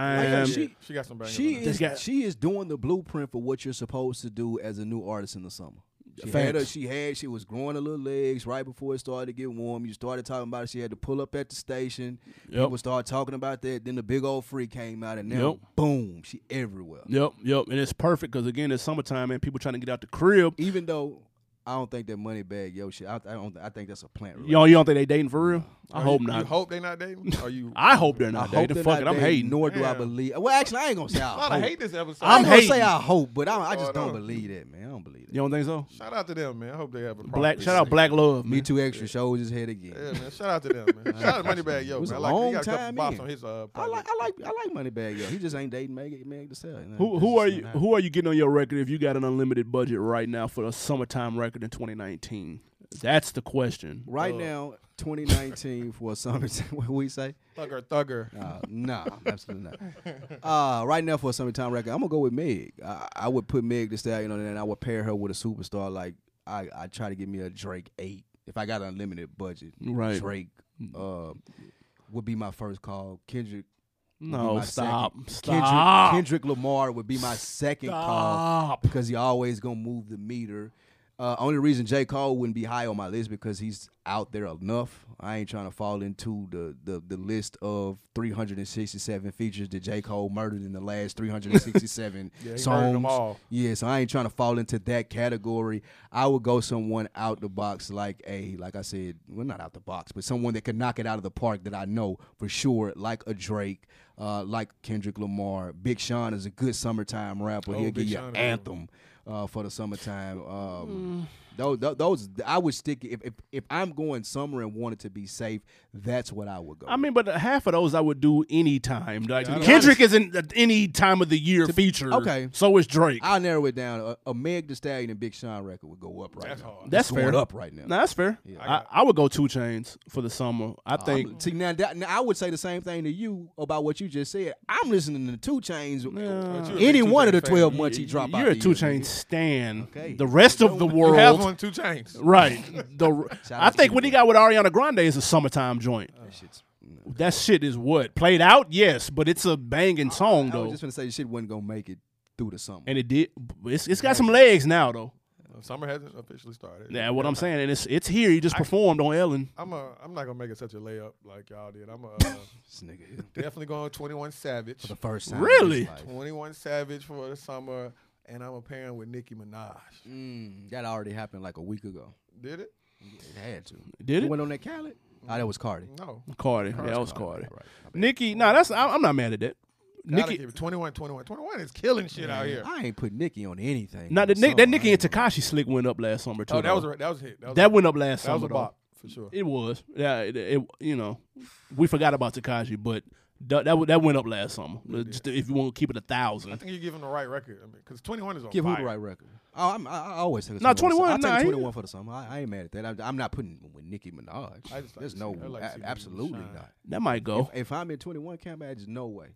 A: time.
B: she-
C: She got some bangers.
B: She
C: on
B: is
A: got-
B: she is doing the blueprint for what you're supposed to do as a new artist in the summer. She had, her,
A: Facts.
B: she had she was growing her little legs right before it started to get warm. You started talking about it. She had to pull up at the station.
A: Yep.
B: People started talking about that. Then the big old free came out, and now
A: Yep.
B: boom, she everywhere.
A: Yep, yep, and it's perfect because again, it's summertime and people trying to get out the crib.
B: Even though I don't think that money bag yo shit, I, I don't. I think that's a plant.
A: You don't, you don't think they dating for real? I
C: Are
A: hope
C: you,
A: not.
C: You hope they not dating? Are you?
A: I hope they're
B: Oh, I
A: not
B: hope
A: dating.
B: they're
A: Fuck
B: not
A: it, I'm
B: dating,
A: hating.
B: Nor do I
C: Damn.
B: believe. Well, actually, I ain't gonna say I
C: A lot
B: hope.
C: of hate this episode.
B: I
A: I'm
B: ain't gonna
A: hating.
B: say I hope, but I, I just
C: Going
B: don't
C: on.
B: believe that, man. I don't believe that.
A: you don't think so?
C: Shout out to them, man. I hope they have a proper
A: Black, shout out
C: season.
A: Black Love.
B: Me
A: man.
B: too. Extra shows his head again.
C: Yeah, man. Shout out to them, man. shout out to Moneybag Yo,
B: It was
C: man.
B: a
C: I like
B: long
C: he got a
B: time
C: couple bops
B: in.
C: on his uh.
B: I like,
C: project.
B: I like, I like Moneybag Yo. He just ain't dating Meg, Meg the Stallion. Nah,
A: Who
B: that's
A: who
B: just
A: are
B: not
A: you
B: happening.
A: who are you getting on your record if you got an unlimited budget right now for a summertime record in 2019? That's the question.
B: Right now, 2019 for a summertime. What we say?
C: Thugger, thugger.
B: Uh, nah, absolutely not. Uh, right now for a summertime record, I'm gonna go with Meg. I, I would put Meg the Stallion on, it, and I would pair her with a superstar. Like I, I try to give me a Drake eight if I got an unlimited budget.
A: Right. Mm.
B: Drake uh, would be my first call. Kendrick. would be
A: No,
B: my
A: stop.
B: second.
A: Stop.
B: Kendrick, Kendrick Lamar would be my second call
A: Stop.
B: because he always gonna move the meter. Uh, only reason J Cole wouldn't be high on my list because he's out there enough. I ain't trying to fall into the the, the list of 367 features that J Cole murdered in the last 367
C: Yeah, he
B: songs.
C: murdered 'em all.
B: Yeah, so I ain't trying to fall into that category. I would go someone out the box, like a like I said, well not out the box, but someone that could knock it out of the park that I know for sure, like a Drake, uh, like Kendrick Lamar. Big Sean is a good summertime rapper. He'll
C: Oh, Big
B: give you an
C: Sean is a good one.
B: anthem anthem, uh, for the summertime. Um,
A: Mm.
B: tho- tho- those, I would stick if, if if I'm going summer and wanted to be safe. That's what I would go.
A: I mean, but half of those I would do any time. Like
C: I don't-
A: Kendrick isn't at any time of the year featured.
B: okay.
A: So is Drake.
B: I'll narrow it down. A, a Meg The Stallion and Big Sean record would go up right
C: That's
B: now.
C: hard.
B: It's
A: That's
B: going
A: fair.
B: up right now.
A: no, that's fair. I, I would go two chains for the summer.
B: Oh,
A: I think
B: See now, that, now I would say the same thing to you about what you just said. I'm listening to Two Chains.
C: But you a
B: any
C: big
B: one of the
C: Two-Chainz fan.
B: 12 months he drop out.
A: you're a
B: the
A: two
B: year,
A: chain
B: nigga.
A: stan.
B: Okay.
A: The rest of the world
C: You have one, two chains.
A: Right. The
B: Shout
A: I
B: out
A: think
B: to
A: what he
B: you.
A: got with Ariana Grande is a summertime joint.
B: That shit's-
A: That shit is what played out, yes, but it's a banging song
B: I
A: though,
B: was just gonna say the shit wasn't gonna make it through the summer.
A: and it did. It's, it's got some legs now though.
C: Uh, Summer hasn't officially started.
A: Yeah, what I'm saying, and it's it's here. He just performed on Ellen.
C: I'm a. I'm not gonna make it such a layup like y'all did. I'm a, uh,
B: This nigga here.
C: definitely going 21 Savage.
B: The first time. in
A: Really?
B: his life.
C: 21 Savage for the summer, and I'm a pairing with Nicki Minaj.
B: Mm, that already happened like a week ago.
C: Did it?
B: It had to.
A: Did
B: You
A: it?
B: went on that Khaled? Oh, that was Cardi.
C: No.
A: Cardi. Yeah, that was Cardi.
B: All right.
A: Nikki, nah, that's I, I'm not mad at that.
C: Gotta
A: Nikki,
C: give it 21, 21, 21 is killing shit out here.
B: I ain't put Nicki on anything.
A: not that
B: this
A: Nick, that
B: summer.
A: Nicki and Takashi slick went up last summer too.
C: Oh, that was
A: though.
C: a, that was a hit. That was,
A: that
C: a,
A: went up last
C: that
A: summer.
C: was a
A: though.
C: bop for sure.
A: It was. Yeah, it, it- you know, we forgot about Takashi, but that that, that went up last summer. Uh, Just if you want to keep it a
C: I
A: thousand.
C: think you give him the right record. I mean, because 21 is on
B: Give
C: fire.
B: who the right record? Oh, I'm, I, I always take a
A: Nah,
B: 21.
A: 21,
B: I
A: nah,
B: take
A: he-
B: 21 for the summer. I, I ain't mad at that. I, am not putting with Nicki Minaj.
C: I just like
B: There's
C: to
B: no,
C: see- I like to
B: a-
C: see Nicki
B: absolutely
C: shine.
B: not.
A: That might
C: Oh.
A: go.
B: If I'm in 21 camp, there's no way.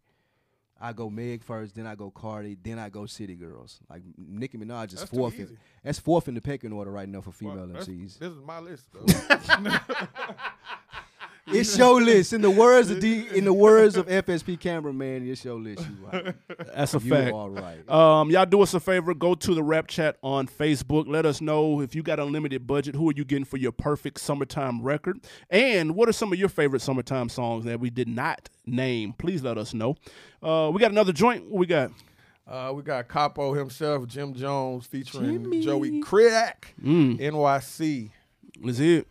B: I go Meg first, then I go Cardi, then I go City Girls. Like Nicki Minaj is
C: That's too
B: fourth. in-
C: easy.
B: that's fourth in the pecking order right now for
C: Well,
B: female
C: that's-
B: MCs.
C: This is my list. though.
B: It's your list. In the words of D, in the words of FSP cameraman, it's your list. You right.
A: That's a
B: You
A: fact.
B: are right.
A: Um, y'all do us a favor. Go to the rap chat on Facebook. Let us know if you got unlimited budget. Who are you getting for your perfect summertime record? And what are some of your favorite summertime songs that we did not name? Please let us know. Uh, we got another joint. What we got?
C: uh, we got Capo himself, Jim Jones, featuring Joey Crack, NYC.
A: Let's hear it.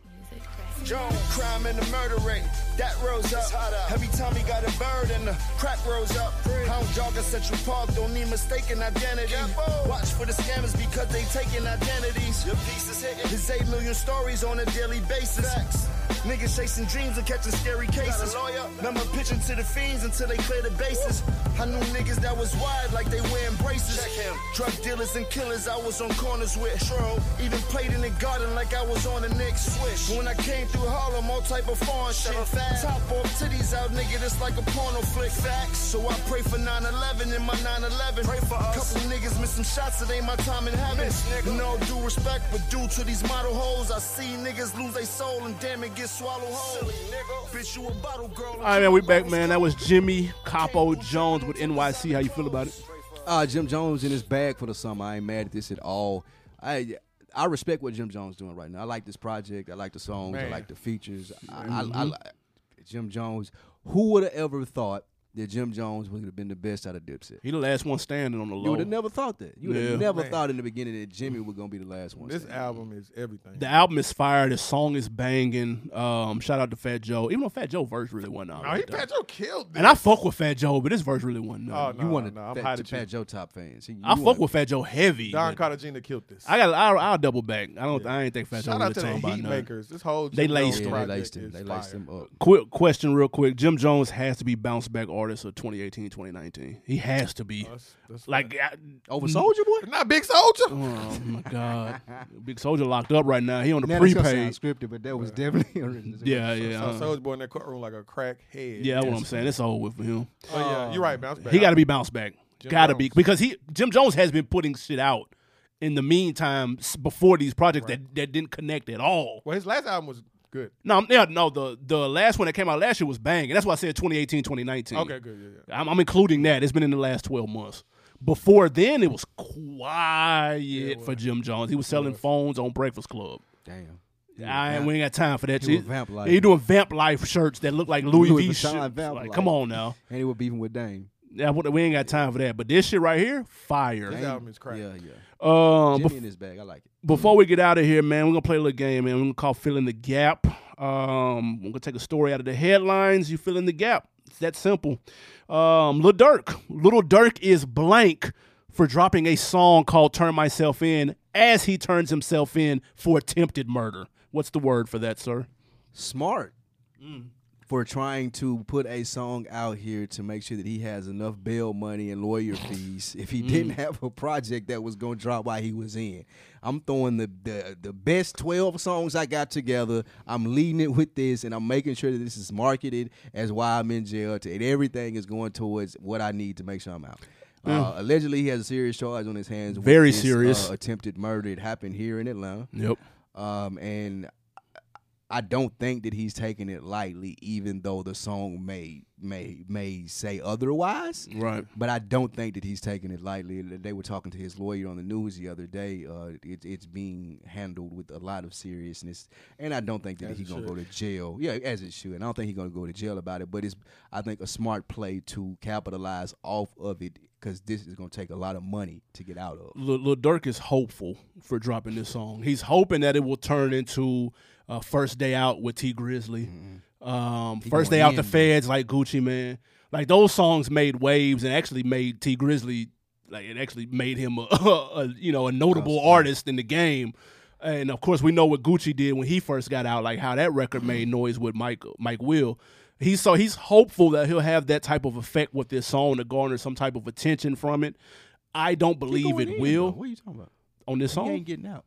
F: Joan, crime and the murder rate. That rose up. Every time he got a bird and the crack rose up. Hound jog in Central Park, don't need mistaken identity. Watch for the scammers because they taking identities. Your piece is hitting. There's 8 million stories on a daily basis. Niggas chasing dreams and catching scary cases. Remember pitching to the fiends until they clear the bases. I knew niggas that was wide like they wearing braces. Drug dealers and killers I was on corners with. Even played in the garden like I was on the next switch. When I came through Harlem, all type of foreign shit. Top off titties out, nigga, this like a porno flick. Facts. So I pray for 9-11 in my 9-11. Pray for us. Couple niggas miss some shots, it ain't my time in heaven. No due respect, but due to these model hoes, I see niggas lose their soul and damn it get swallowed whole. Bitch, you a bottle girl.
A: All right, man. We back, man. That was Jimmy Capo Jones with NYC. How you feel about it?
B: Uh, Jim Jones in his bag for the summer. I ain't mad at this at all. I I respect what Jim Jones doing right now. I like this project. I like the songs. I
C: Man. Mm-hmm.
B: like the features. I, I, I, li- Jim Jones. Who would have ever thought that Jim Jones would have been the best out of Dipset?
A: He the last one standing on the
B: You would have
A: low.
B: never thought that. You would have
A: Yeah.
B: never thought in the beginning that Jimmy was gonna be the last one.
C: This
B: standing.
C: album is everything.
A: The album is fire. The song is banging. Um, shout out to Fat Joe. Even though Fat Joe verse really wasn't all
C: no, Oh, he
A: right. though.
C: Fat Joe killed this.
A: and I fuck with Fat Joe, but this verse really wasn't.
C: Oh,
A: nothing.
C: no,
B: you want to
C: no, I'm
B: Fat,
C: hot
B: to
C: at you.
B: Fat Joe top fans. You
A: I fuck
B: wanna-
A: with Fat Joe heavy.
C: Don
A: but-
C: Cartagena killed this.
A: I got. I'll, I'll double back. I don't. I ain't think Fat Joe
C: Shout out
A: really
C: to the
A: talking about
C: Heat
A: nothing.
C: Makers. This whole
A: They
C: Jim
A: laced
C: Jones
A: him.
B: Yeah, they
C: project
B: laced him.
C: is
B: They laced
C: fire.
B: him up.
A: Quick question, real quick. Jim Jones has to be bounce back artist of 2018, 2019. He has to be.
C: Oh, That's- that's
A: like, I, mm,
B: Over Soldier Boy.
C: Not Big Soldier.
A: oh my god, Big Soldier locked up right now. He on the
B: Now, that don't
A: prepaid.
B: sound scripted, but that was definitely original.
A: Yeah, yeah,
C: Saw
A: uh,
C: Soldier Boy in that courtroom like a crack head.
A: yeah. What I'm saying, it's over with for him.
C: Oh, yeah. You're right. Bounce back.
A: He got to be bounced back.
C: Jim
A: Got to be
C: Jones.
A: because he Jim Jones has been putting shit out in the meantime s- before these projects that, that didn't connect at all.
C: Well, his last album was good.
A: No, I'm- yeah, no. The the last one that came out last year was banging. That's why I said 2018, 2019.
C: Okay, good. Yeah, yeah.
A: I'm, I'm including that. It's been in the last 12 months. Before then, it was quiet for Jim Jones. He was selling phones on Breakfast Club.
B: Damn.
A: I ain't, we ain't got time for that.
B: he was
A: shit.
B: vamp life.
A: He doing vamp life shirts that look like Louis,
B: Louis
A: V.
B: Vuitton
A: shirts.
B: vamp
A: Like,
B: life.
A: come on now.
B: And he was beefing with Dame.
A: Yeah, we we ain't got time for that. But this shit right here,
C: This
A: fire.
C: album is crack.
B: Yeah, yeah.
A: Um,
B: Jimmy in his bag. I like it.
A: before we get out of here, man, we're gonna play a little game, man. We're gonna call filling the gap. Um, we're gonna take a story out of the headlines. You fill in the gap. It's that simple. Um, Lil Durk, Little Durk is blank for dropping a song called "Turn Myself In" as he turns himself in for attempted murder. What's the word for that, sir?
B: Smart for trying to put a song out here to make sure that he has enough bail money and lawyer fees if he didn't have a project that was going to drop while he was in. I'm throwing the, the the best 12 songs I got together. I'm leading it with this and I'm making sure that this is marketed as why I'm in jail to, and everything is going towards what I need to make sure I'm out. Uh, allegedly, he has a serious charge on his hands. with
A: Very
B: this, uh,
A: serious.
B: attempted murder. It happened here in Atlanta.
A: Yep.
B: Um, and Um, I don't think that he's taking it lightly, even though the song may may may say otherwise.
A: Right.
B: But I don't think that he's taking it lightly. They were talking to his lawyer on the news the other day. Uh, it, it's being handled with a lot of seriousness, and I don't think that he's gonna go to jail. Yeah, as it should. And I don't think he's gonna go to jail about it. But it's I think a smart play to capitalize off of it because this is gonna take a lot of money to get out of.
A: Lil, Lil Durk is hopeful for dropping this song. He's hoping that it will turn into uh, first day out with T Grizzly, um, first
B: going
A: day out the
B: in.
A: feds like Gucci Man. Like those songs made waves and actually made T Grizzly like it actually made him a, a you know a notable artist in the game. And of course, we know what Gucci did when he first got out, like how that record made
B: Mm-hmm.
A: noise with Mike Mike Will. He's so he's hopeful that he'll have that type of effect with this song to garner some type of attention from it. I don't believe it will
B: What are you talking about?
A: on this
B: He
A: song.
B: ain't getting out.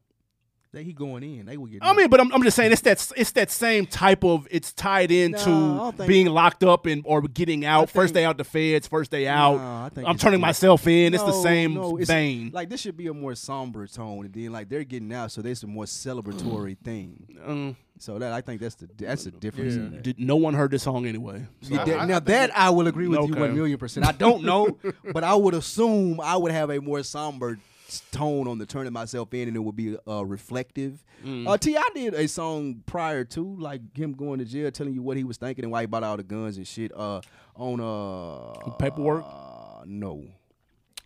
B: They he going in. They will get.
A: I mean, but I'm, I'm just saying it's that it's that same type of it's tied into
B: No, I don't think-
A: being locked up and or getting out first day out the feds, first day out.
B: I think
A: I'm
B: it's
A: turning
B: different.
A: myself in. it's the
B: No,
A: same
B: no, it's-
A: vein.
B: Like this should be a more somber tone, and then like they're getting out, so there's a more celebratory thing.
A: Mm,
B: So that I think that's the that's the difference. In that.
A: did, no one heard this song anyway. So-
B: See, that- now that I will agree with you
A: Okay.
B: one million percent. I don't know, but I would assume I would have a more somber s- tone on the turning myself in, and it would be uh, reflective.
A: Mm.
B: Uh, Ti did a song prior to like him going to jail, telling you what he was thinking and why he bought all the guns and shit. Uh, on uh
A: Paperwork?
B: Uh, no.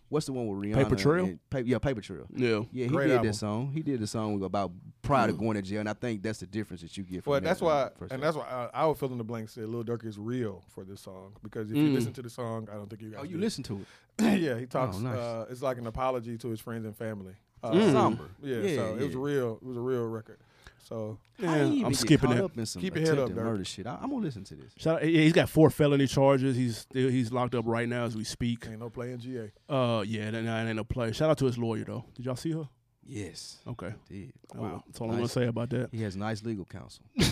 B: What's the one with Rihanna?
A: Paper Trail?
B: and- pa- yeah, Paper Trail.
A: yeah. Mm.
B: Yeah, he
C: Great
B: did
C: album.
B: that song. He did the song about prior to going to jail, and I think that's the difference that you get. From
C: Well, that's
B: that,
C: why,
B: uh, first
C: and
B: album.
C: that's why I, I would fill in the blank. Say Lil Durk is real for this song because if you listen to the song, I don't think you guys.
B: Mm. oh, you
C: did.
B: listen to it.
C: yeah, he talks.
B: nice.
C: uh, it's like an apology to his friends and family. Uh,
B: Mm. Somber.
C: Yeah,
B: Yeah,
C: so it was
B: yeah.
C: real. It was a real record. So
B: How
A: Yeah,
B: you even
A: I'm
B: get
A: skipping
B: caught
A: it.
B: Up in some
C: Keep your head up,
B: attempted
C: Dirk.
B: murder shit. I, am gonna listen to this.
A: Shout out, yeah, he's got four felony charges. He's still, he's locked up right now as we speak.
C: ain't no playing GA.
A: Uh, yeah, that, that ain't no play. Shout out to his lawyer though. Did y'all see her?
B: Yes.
A: Okay,
B: Did.
A: wow. Oh, That's all I'm
B: Nice.
A: gonna say about that.
B: He has nice legal counsel.
A: nice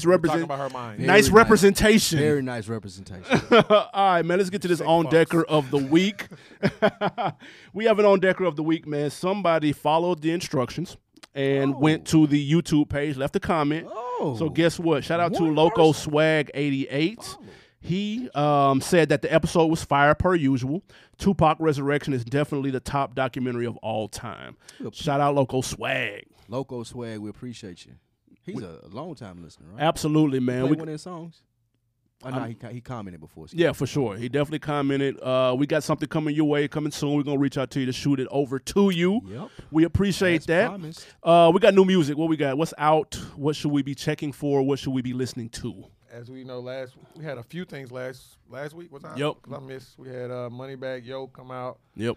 C: Talking
A: represent,
C: about her mind.
B: Very
A: nice
B: nice.
A: representation.
B: Very nice representation.
A: all right, man. Let's get to this on decker of the week. we have an on decker of the week, man. Somebody followed the instructions and went to the YouTube page, left a comment.
B: Oh.
A: So guess what? Shout out to Loco Swag eighty eight.
B: Oh.
A: He um, said that the episode was fire per usual. Tupac Resurrection is definitely the top documentary of all time. Shout out Loco Swag.
B: Loco Swag, we appreciate you. He's a long time listener, right?
A: Absolutely, man.
B: Play
A: We-
B: one of his songs. Oh, no, he, co- he commented before. excuse
A: Yeah, for sure. He definitely commented. Uh, we got something coming your way, coming soon. We're gonna reach out to you to shoot it over to you.
B: Yep.
A: We appreciate
B: As
A: that.
B: promised.
A: Uh, we got new music. What we got? What's out? What should we be checking for? What should we be listening to?
C: As we know, last we had a few things last last week. Was I?
A: Yep.
C: 'Cause I missed. We had uh, Moneybag Yo come out.
A: Yep.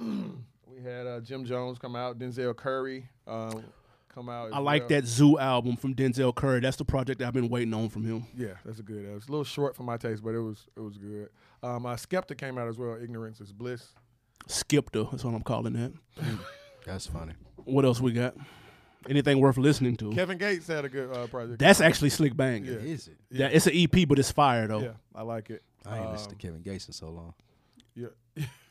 C: We had uh, Jim Jones come out. Denzel Curry um, come out. as
A: I like
C: well.
A: that Zoo album from Denzel Curry. That's the project I've been waiting on from him.
C: Yeah, that's a good. It was a little short for my taste, but it was it was good. Um, uh, Skepta came out as well. Ignorance is bliss.
A: Skipter. That's what I'm calling that.
B: me. That's funny.
A: What else we got? Anything worth listening to?
C: Kevin Gates had a good uh, project.
A: That's actually slick bang. Yeah.
B: Is it?
A: it's an EP, but it's fire though.
C: yeah, I like it.
B: I ain't listened to Kevin Gates in so long.
C: Yeah.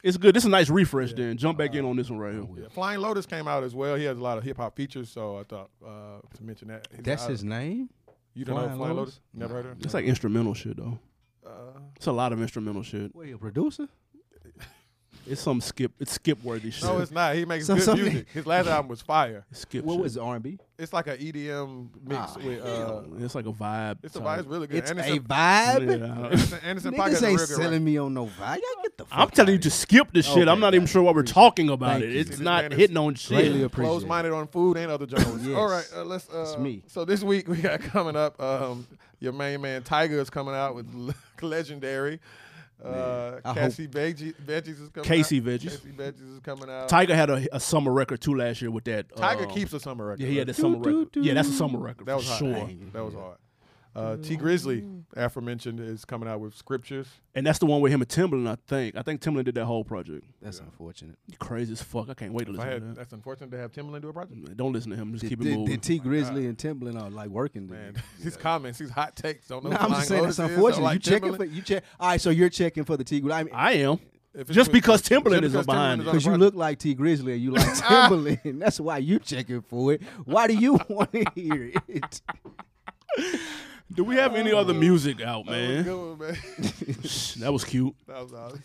A: It's good. This is a nice refresh. Then jump back in on this one right here.
C: Yeah, Flying Lotus came out as well. He has a lot of hip hop features, so I thought uh, to mention that. He's
B: That's
C: out-
B: his name.
C: You don't know
B: Flying
C: Flying Lotus?
B: Lotus?
C: Never heard of
A: It's
C: him.
A: like instrumental shit though.
C: Uh,
A: It's a lot of instrumental shit.
B: What, he a producer?
A: It's some skip. It's skip worthy shit.
C: No, it's not. He makes
B: Some-
C: good
B: something-
C: music. His last album was fire.
A: skip.
B: What
A: shit.
B: was it, R&B?
C: It's like an EDM mix
B: Ah,
C: with. Uh,
A: It's like a vibe.
C: it's a vibe. It's really good.
B: It's
C: and
B: a
C: it's
B: vibe.
A: Yeah.
C: Anderson, Anderson Paak
B: Niggas
C: has a real
B: ain't
C: good
B: selling
C: record.
B: me on no vibe. Y'all get the fuck
A: I'm telling you
B: outta
A: to skip this shit.
B: Okay,
A: I'm not even
B: guys.
A: sure why we're talking about
B: Thank
A: it.
B: you.
A: It's
C: This man
A: not
C: is
A: hitting on
B: Greatly
A: shit.
B: appreciate
C: Closed minded on food and other genres.
B: Yes.
C: All right, uh, let's. Uh,
B: me.
C: So this week we got coming up. Um, your main man Tiger is coming out with le- legendary. Uh,
B: I hope-
C: Cassie Veggie, Veggies is coming.
A: Casey
C: out.
A: Veggies.
C: Casey Veggies is coming out.
A: Tiger had a, a summer record too last year with that.
C: Tiger
B: Oh.
A: um,
C: keeps a summer record.
A: Yeah, he had a
C: right?
A: summer record. Yeah, that's a summer record.
C: That was
A: for sure.
C: hard. That was hard. Uh, T Grizzly, aforementioned, is coming out with scriptures.
A: And that's the one with him and Timbaland. I think. I think Timbaland did that whole project.
B: here. That's unfortunate.
A: You crazy as fuck. I can't wait to
C: I
A: listen to
C: had,
A: that.
C: that's unfortunate to have Timbaland do a project.
A: Don't listen to him. Just
B: Did,
A: keep it
B: did-
A: moving.
B: did T Grizzly and Timbaland are like working together?
C: Man, his comments, his hot takes. Don't know.
B: No, I'm
C: Flying
B: just saying
C: Lotus
B: that's
C: is,
B: unfortunate.
C: or like
B: you checking
C: Timbaland.
B: for you check. All right, so you're checking for the T Grizzly. I
A: I am.
C: If it's
A: Just
C: with-
A: because
C: just
A: Timbaland is
C: because
A: behind it.
C: Timbaland is on
B: because you
C: project.
B: look like T Grizzly and you like Timbaland. that's why you checking for it. Why do you want to hear it?
A: Do we have any
B: Oh.
A: other music out, man?
C: Good one, man.
A: That was cute.
C: that was awesome.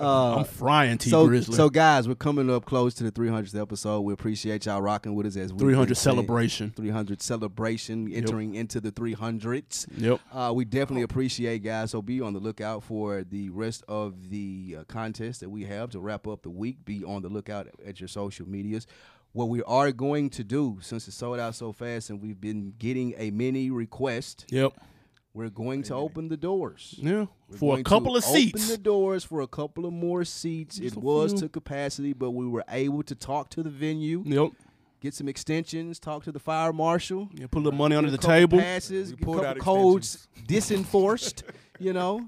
A: I'm frying T
B: Uh, So,
A: Grizzly.
B: so guys, we're coming up close to the 300th episode. We appreciate y'all rocking with us as we
A: 300 celebration.
B: 300 celebration, entering into the 300s.
A: Yep.
B: Uh, we definitely appreciate guys. So be on the lookout for the rest of the uh, contest that we have to wrap up the week. Be on the lookout at your social medias. What we are going to do, since it sold out so fast and we've been getting a mini request,
A: Yep.
B: we're going to open the doors.
A: Yeah.
B: We're
A: For
B: going
A: a
B: to
A: couple of
B: Open
A: seats.
B: the doors for a couple of more seats. it was to capacity, but we were able to talk to the venue,
A: Yep.
B: get some extensions, talk to the fire marshal.
A: Yeah, put a little money under
B: get a
A: the
B: couple
A: table.
B: Passes,
C: We
B: get a
C: pulled
B: couple
C: out
B: codes disenforced, you know.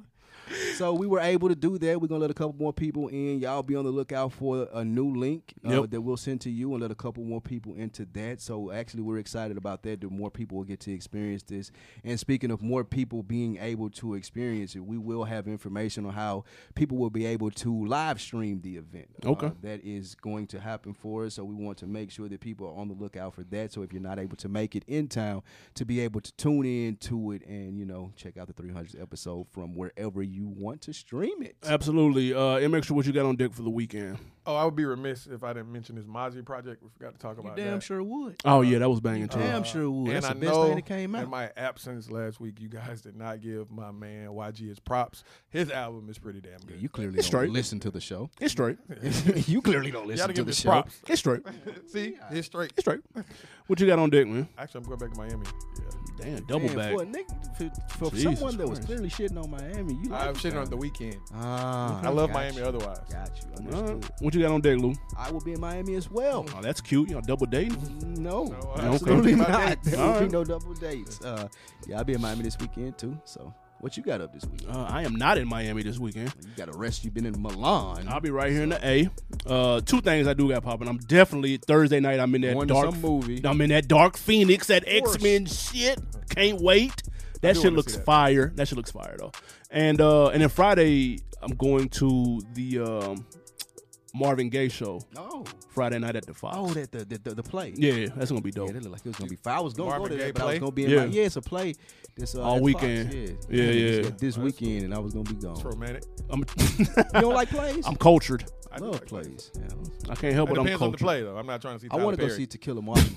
B: So we were able to do that. We're gonna let a couple more people in. Y'all be on the lookout for a new link uh,
A: Yep.
B: that we'll send to you and let a couple more people into that. So actually, we're excited about that. The more people will get to experience this. And speaking of more people being able to experience it, we will have information on how people will be able to live stream the event. Uh,
A: Okay.
B: that is going to happen for us. So we want to make sure that people are on the lookout for that. So if you're not able to make it in town, to be able to tune in to it and you know check out the 300th episode from wherever you want to stream it.
A: Absolutely. Uh, and make sure what you got on deck for the weekend.
C: Oh, I would be remiss if I didn't mention this Mozzie project. We forgot to talk about
B: Damn
C: that.
B: sure would.
A: Oh yeah, that was banging too.
B: Uh, Damn sure would.
C: And
B: That's
C: I
B: the best
C: know
B: thing that came
C: in
B: out.
C: my absence last week, you guys did not give my man YG his props. His album is pretty damn good.
B: You clearly don't
A: straight.
B: listen to the show.
A: It's straight.
B: you clearly don't
C: Y'all
B: listen to
C: give
B: the
C: his
B: show.
C: props.
A: It's straight.
C: See, it's straight.
A: It's straight. What you got on deck, man?
C: Actually, I'm going back to Miami. Yeah.
A: Damn, double
B: Man,
A: back.
B: for a nigga, for, for
A: Jesus
B: someone that was
A: Christ.
B: clearly shitting on Miami, you like
C: I'm
B: it.
C: shitting on the weekend.
B: Ah,
C: I love
B: got
C: Miami Uh-huh.
B: you.
C: otherwise.
B: Got you.
A: All
B: Understood.
A: right. Uh, What you got on deck, Lou?
B: I will be in Miami as well.
A: Oh, that's cute. Y'all double dating.
B: No,
C: No, uh,
B: absolutely
C: okay.
B: not. There will be
A: Alright.
B: no double dates. Uh, yeah, I'll be in Miami this weekend too. So, what you got up this weekend?
A: Uh, I am not in Miami this weekend.
B: You got a rest. You've been in Milan.
A: I'll be right here in the A. Uh, two things I do got popping. I'm definitely Thursday night. I'm in that
B: Going to
A: dark
B: some movie.
A: I'm in that Dark Phoenix, that X Men shit. Can't wait. That
C: do
A: shit
C: wanna
A: looks
C: see that.
A: fire. That shit looks fire though. And uh, and then Friday I'm going to the um, Marvin Gaye show
B: oh,
A: Friday night at the Fox.
B: oh, that the the, the, the play.
A: yeah, that's gonna be dope.
B: Yeah, that looked like it was gonna be fire. I was gonna go
C: Marvin
B: to
C: Gaye
B: that, but I was
C: play?
B: gonna be in
A: Yeah.
B: Miami. Yeah, it's a play. This uh,
A: All
B: at Fox,
A: weekend.
B: Yeah,
A: Yeah,
B: It's
A: yeah.
B: This weekend, and I was gonna be gone.
C: It's romantic.
A: I'm,
B: You don't like plays?
A: I'm cultured.
B: I
C: do
B: love
C: like plays.
B: plays. Yeah.
A: I can't help
C: It
A: but I'm
C: depends on the
A: cultured.
C: play, though. I'm not trying to see.
B: I
C: want
B: want to go see Tequila Marvin.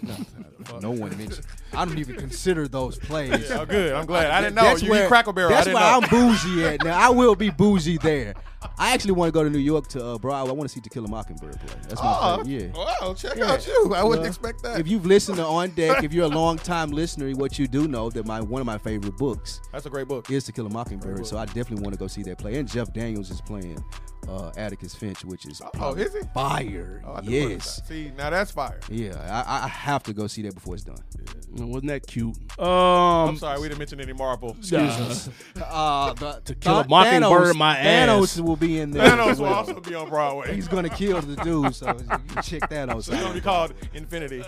B: no, no one mentioned. I don't even consider those plays.
C: Oh, good. I'm glad. I didn't know. you eat Crackle Barrel.
B: That's
C: I didn't
B: where
C: know.
B: I'm bougie at now. I will be bougie there. I actually want to go to New York to uh, Broadway. I want to see To Kill a Mockingbird play. That's my
C: Oh,
B: plan. Yeah.
C: wow, check out you. I wouldn't
B: Well,
C: expect that.
B: If you've listened to On Deck, if you're a long time listener, what you do know that my one of my favorite books
C: That's a great book.
B: is To Kill a Mockingbird. So I definitely want to go see that play. And Jeff Daniels is playing uh, Atticus Finch, which is
C: Oh,
B: probably
C: is he?
B: fire.
C: Oh, I do wanna
B: yes.
C: See, now that's fire.
B: Yeah, I- I, I have to go see that before it's done.
A: Wasn't that cute? Um,
C: I'm sorry, we didn't mention any Marvel.
A: nah.
B: Uh, the, to
A: Kill a Mockingbird, my ass.
B: Thanos will be in there.
C: Thanos
B: as
C: will
B: well.
C: also be on Broadway.
B: He's gonna kill the dude, so you can check that out.
C: It's gonna be called Infinity.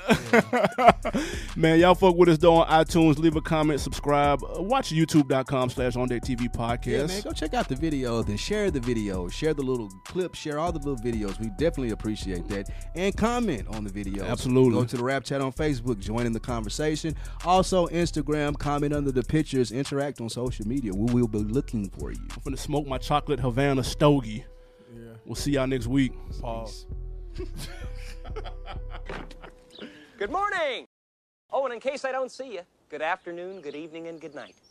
A: Man, y'all fuck with us though on iTunes. Leave a comment, subscribe. Uh, watch youtube.com slash on deck TV podcast.
B: Yeah, man, go check out the video, then share the video, share the little clip, share all the little videos. We definitely appreciate that. And comment on the video.
A: Absolutely.
B: Go to the rap chat on Facebook, join in the conversation. Also, Instagram, comment under the pictures, interact on social media. We will be looking for you.
A: I'm gonna smoke my chocolate Havana stogie. We'll see y'all next week.
C: Pause.
G: Good morning. Oh, and in case I don't see you, good afternoon, good evening, and good night.